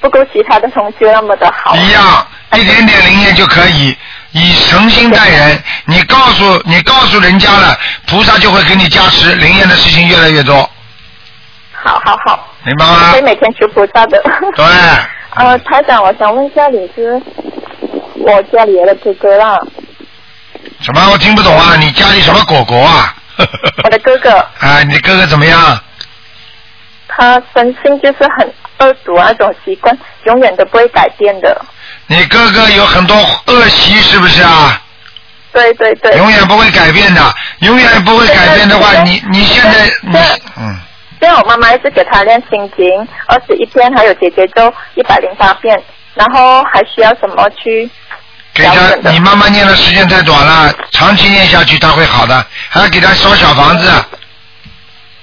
不够其他的同学那么的好。一样，哎一点点灵验就可以，以诚心待人。你告诉你告诉人家了，菩萨就会给你加持，灵验的事情越来越多，好好好，明白我吗会？每天求菩萨的。啊对， 呃，台长，我想问一下你是我家里的哥哥 啦，什么我听不懂啊？你家里什么果果啊？我的哥哥啊，你的哥哥怎么样？他生性就是很恶毒啊，那种习惯永远都不会改变的。你哥哥有很多恶习，是不是啊？对对对。永远不会改变的，永远不会改变的话，你你现在你嗯，虽然我妈妈一直给他练心经二十一遍，还有姐姐咒一百零八遍，然后还需要什么去？给他你妈妈念的时间太短了，长期念下去他会好的，还要给他烧小房子。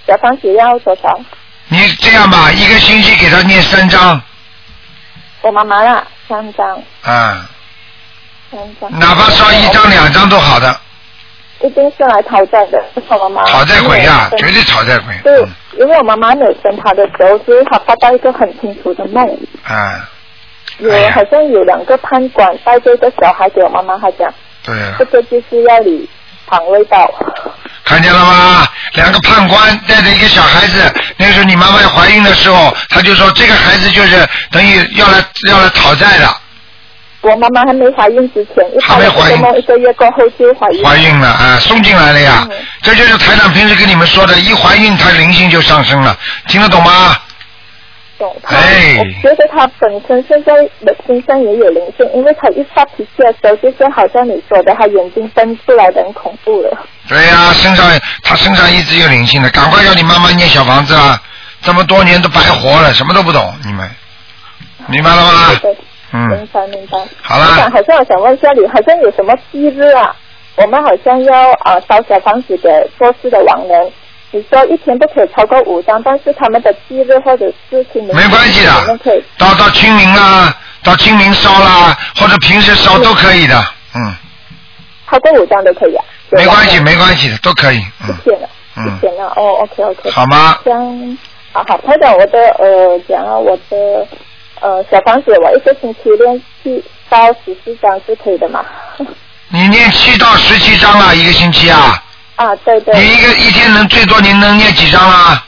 小房子要多少？你这样吧，一个星期给他念三章我妈妈啦，三张，啊，三张。哪怕烧一张两张都好的，一定是来讨债的，是我妈妈。讨债鬼啊呀、啊嗯绝对讨债鬼。对，因为我妈妈没有生他的时候，就是她发到一个很清楚的梦，啊，有好像有两个判官带着一个小孩给我妈妈，她讲对啊了这个就是要你尝味道。看见了吗？两个判官带着一个小孩子，那个时候你妈妈怀孕的时候，他就说这个孩子就是等于要来要来讨债的，我妈妈还没怀孕之前，一发了这个梦，一个月过后就怀孕。怀孕了啊，送进来了呀。这就是台长平时跟你们说的，一怀孕他灵性就上升了，听得懂吗？懂。哎我，觉得她本身现在的身上也有灵性，因为她一发脾气的时候，就是好像你说的，她眼睛瞪出来的很恐怖了。对呀、身上他身上一直有灵性的，赶快要你妈妈念小房子啊！这么多年都白活了，什么都不懂，你们明白了吗？明嗯，白明白。好啦我想好像我想问一下你，好像有什么忌日啊？我们好像要啊烧小房子给过世的亡人。你说一天不可以超过五张，但是他们的忌日或者是清明，没关系的我们可以到到清明啦，到清明烧啦，或者平时烧都可以的，嗯，超过五张都可以啊。没关系，没关系的，都可以，嗯一天了，嗯一，天了，哦，OK OK。好吗？这样，好好，台长，我的呃，讲啊我的呃小房子，我一个星期练去烧十四张是可以的嘛？你念七到十七章啊，一个星期啊，啊，对对。你一个一天能最多您能念几章啦？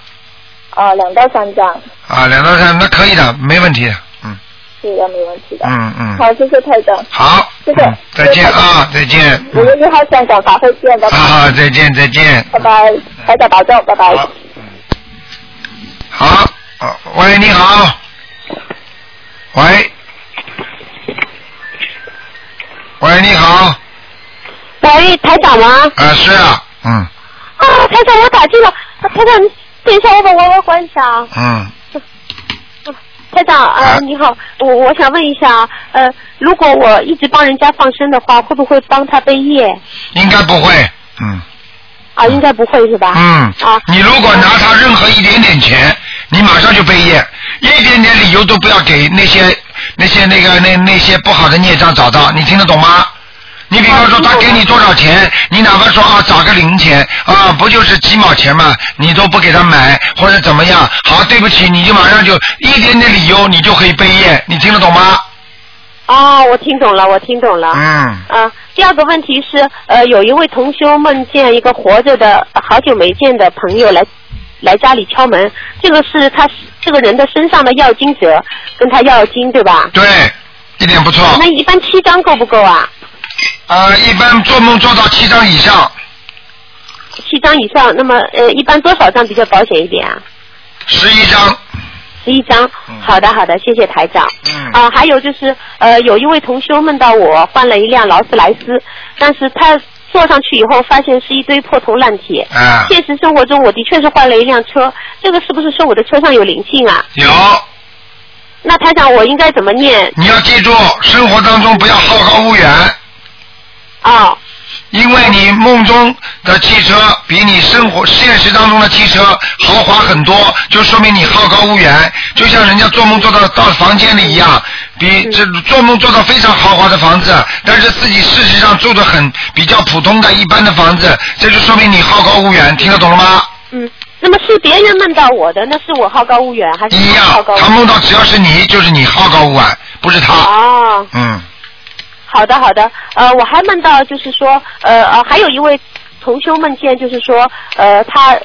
啊，两到三张，啊，两到三，那可以的，没问题的，嗯这个没问题的。嗯嗯，好，谢谢台长。好，谢谢。再见啊，再见，五月六号香港法会见，拜拜。啊，再见再见。拜拜，台长保重，拜拜。好，呃喂，你好，喂，喂，你好，喂，台长吗？啊，是啊，嗯啊，台长，我打进了。啊台长，等一下，我把娃娃关一下啊。嗯，台长，啊呃，你好，我我想问一下啊，呃，如果我一直帮人家放生的话，会不会帮他背业？应该不会，嗯啊，应该不会是吧？嗯，你如果拿他任何一点点钱，你马上就背业，一点点理由都不要给那些那些那个那那些不好的孽障找到，你听得懂吗？你比方说他给你多少钱，你哪怕说啊找个零钱啊，不就是几毛钱嘛，你都不给他买或者怎么样，好对不起，你就马上就一点点理由你就可以背业，你听得懂吗？哦，我听懂了，我听懂了。嗯，啊，第二个问题是，呃，有一位同修梦见一个活着的、好久没见的朋友来来家里敲门，这个是他这个人的身上的要经者，跟他要经对吧？对，一点不错。那一般七张够不够啊？呃，一般做梦做到七张以上，七张以上，那么呃，一般多少张比较保险一点啊？十一张。十一张，好的好的，谢谢台长。嗯。啊，还有就是，呃，有一位同修梦到我换了一辆劳斯莱斯，但是他坐上去以后发现是一堆破铜烂铁。啊现实生活中我的确是换了一辆车，这个是不是说我的车上有灵性啊？有。那台长，我应该怎么念？你要记住，生活当中不要好高骛远。啊。因为你梦中的汽车比你生活现实当中的汽车豪华很多，就说明你好高骛远。就像人家做梦做到到房间里一样，比这做梦做到非常豪华的房子，但是自己事实上住的很比较普通的一般的房子，这就说明你好高骛远。听得懂了吗？嗯，那么是别人梦到我的，那是我好高骛远还是一样，他梦到只要是你，就是你好高骛远，不是他。哦。嗯，好的，好的。呃，我还梦到就是说，呃呃，还有一位同修梦见就是说，呃，他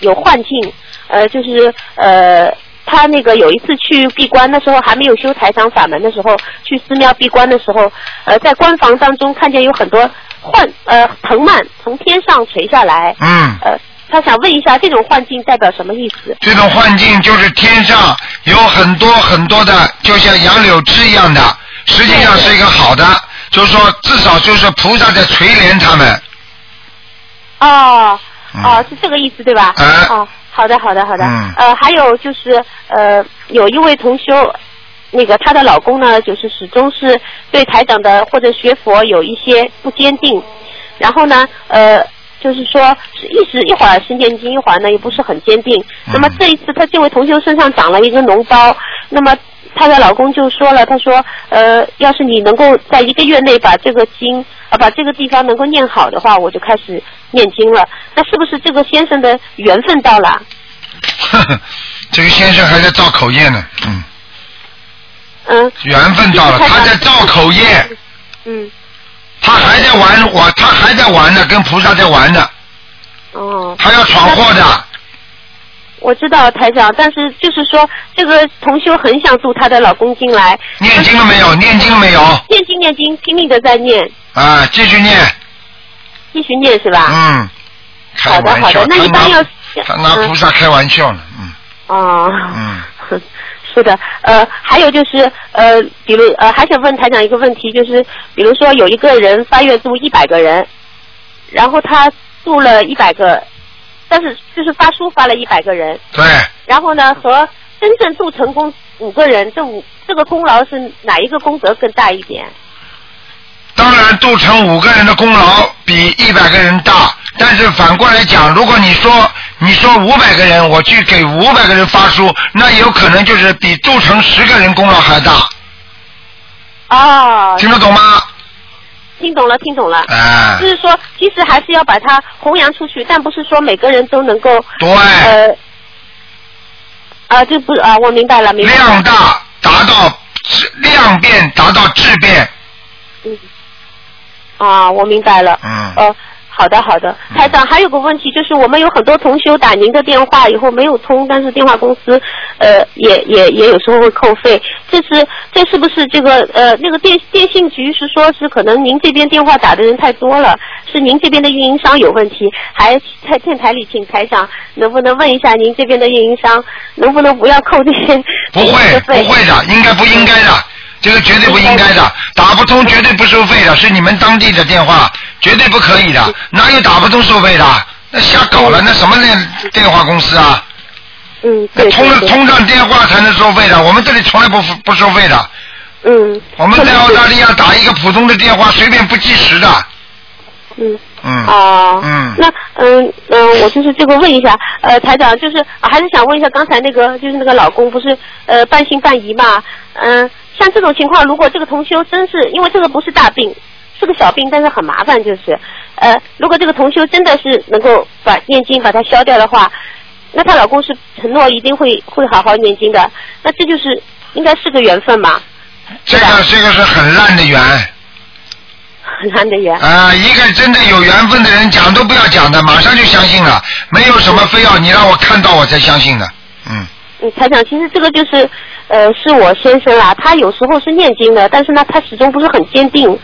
有幻境，呃，就是呃。他那个有一次去闭关的时候，还没有修台长法门的时候，去寺庙闭关的时候，呃，在关房当中看见有很多幻呃藤蔓从天上垂下来，嗯，呃，他想问一下，这种幻境代表什么意思？这种幻境就是天上有很多很多的，就像杨柳枝一样的，实际上是一个好的，就是说至少就是菩萨在垂怜他们。 哦，哦，是这个意思对吧？哦，好的，好的，好的。嗯呃，还有就是呃，有一位同修，那个她的老公呢，就是始终是对台长的或者学佛有一些不坚定，然后呢，呃。就是说，是一时一会儿是念经，一会儿呢又不是很坚定。嗯那么这一次，她这位同修身上长了一个脓包，那么她的老公就说了，他说，呃，要是你能够在一个月内把这个经啊、把这个地方能够念好的话，我就开始念经了。那是不是这个先生的缘分到了？这个先生还在造口业呢，嗯，嗯，缘分到了，就是他他在造口业，嗯，他还在玩我，他还在玩呢，跟菩萨在玩呢，哦，他要闯祸的，我知道台长，但是就是说，这个同修很想度她的老公进来。念经了没有？念经了没有？念经念经，拼命的在念，啊，继续念，继续念是吧？嗯，开好的玩好笑，的，那一般他要嗯拿他拿菩萨开玩笑呢，哦，嗯，是的，呃，还有就是呃，比如呃，还想问台长一个问题，就是比如说有一个人发愿度一百个人，然后他度了一百个，但是就是发书发了一百个人，对，然后呢和真正度成功五个人，这五这个功劳是哪一个功德更大一点？当然，杜成五个人的功劳比一百个人大，但是反过来讲，如果你说你说五百个人，我去给五百个人发书，那有可能就是比杜成十个人功劳还大。哦，听得懂吗？听懂了，听懂了。哎就是说，其实还是要把它弘扬出去，但不是说每个人都能够。对。呃。啊，这不啊，我明白了，明白了。量大达到质量变，达到质变。啊，我明白了。嗯呃，好的好的，台长还有个问题，就是我们有很多同修打您的电话以后没有通，但是电话公司呃也也也有时候会扣费，这是这是不是这个呃那个电电信局是说是可能您这边电话打的人太多了，是您这边的运营商有问题，还在电台里请台长能不能问一下您这边的运营商能不能不要扣这些不会，不会的，应该不应该的，这个绝对不应该的，打不通绝对不收费的，是你们当地的电话，绝对不可以的，哪有打不通收费的？那瞎搞了，那什么那电话公司啊？嗯，那通了通上电话才能收费的，我们这里从来不付不收费的。嗯。我们在澳大利亚打一个普通的电话，随便不计时的。嗯。嗯。哦，嗯那嗯嗯、呃我就是这个问一下，呃，台长，就是、啊还是想问一下刚才那个，就是那个老公不是呃半信半疑嘛，嗯、像这种情况，如果这个同修真是因为这个不是大病，是个小病，但是很麻烦，就是呃，如果这个同修真的是能够把念经把它消掉的话，那她老公是承诺一定会会好好念经的，那这就是应该是个缘分嘛，这个这个是很烂的缘很难的缘。啊、一个真的有缘分的人讲都不要讲的，马上就相信了，没有什么非要你让我看到我才相信的。嗯，嗯，台长，其实这个就是，呃，是我先生啦，他有时候是念经的，但是呢，他始终不是很坚定。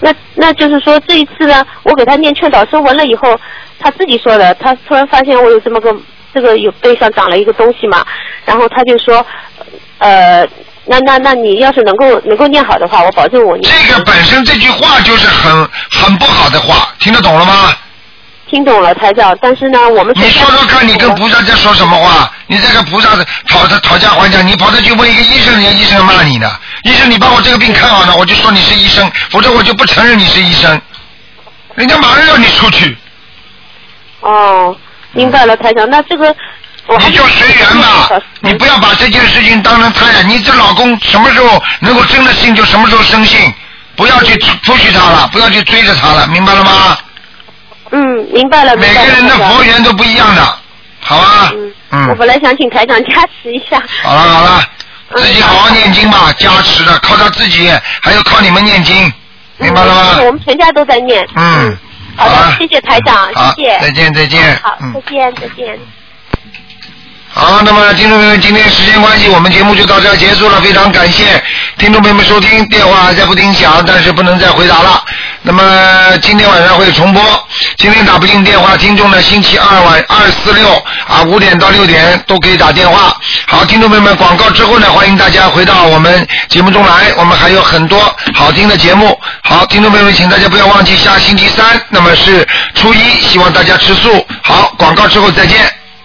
那那就是说，这一次呢，我给他念劝导声文了以后，他自己说的，他突然发现我有这么个这个有背上长了一个东西嘛，然后他就说，呃，那那那你要是能够能够念好的话，我保证我念。这个本身这句话就是很很不好的话，听得懂了吗？听懂了，台长，但是呢，我们你说说看，你跟菩萨在说什么话？你在跟菩萨讨讨讨价还价，你跑着去问一个医生，人家医生骂你呢。医生，你把我这个病看好了，我就说你是医生，否则我就不承认你是医生。人家马上要你出去，哦，明白了，台长，那这个我还你就随缘吧，你不要把这件事情当成太太。你这老公什么时候能够真的信，就什么时候生信，不要去 push 他了，不要去追着他了，明白了吗？嗯，明白了，明白每了个人的台长佛缘都不一样的，好吧？嗯我本来想请台长加持一下。好了好了，自己好好念经吧，加持的，靠他自己，还有靠你们念经，明白了吗？嗯我们全家都在念。嗯，好的，谢谢台长，好谢谢。再见再见好，嗯再见，再见。好，那么听众朋友们，今天时间关系，我们节目就到这儿结束了，非常感谢听众朋友们收听，电话还在不停响，但是不能再回答了。那么今天晚上会重播，今天打不进电话，听众呢星期二晚二四六啊五点到六点都可以打电话。好，听众朋友们，广告之后呢，欢迎大家回到我们节目中来，我们还有很多好听的节目。好，听众朋友们，请大家不要忘记下星期三，那么是初一，希望大家吃素。好，广告之后再见。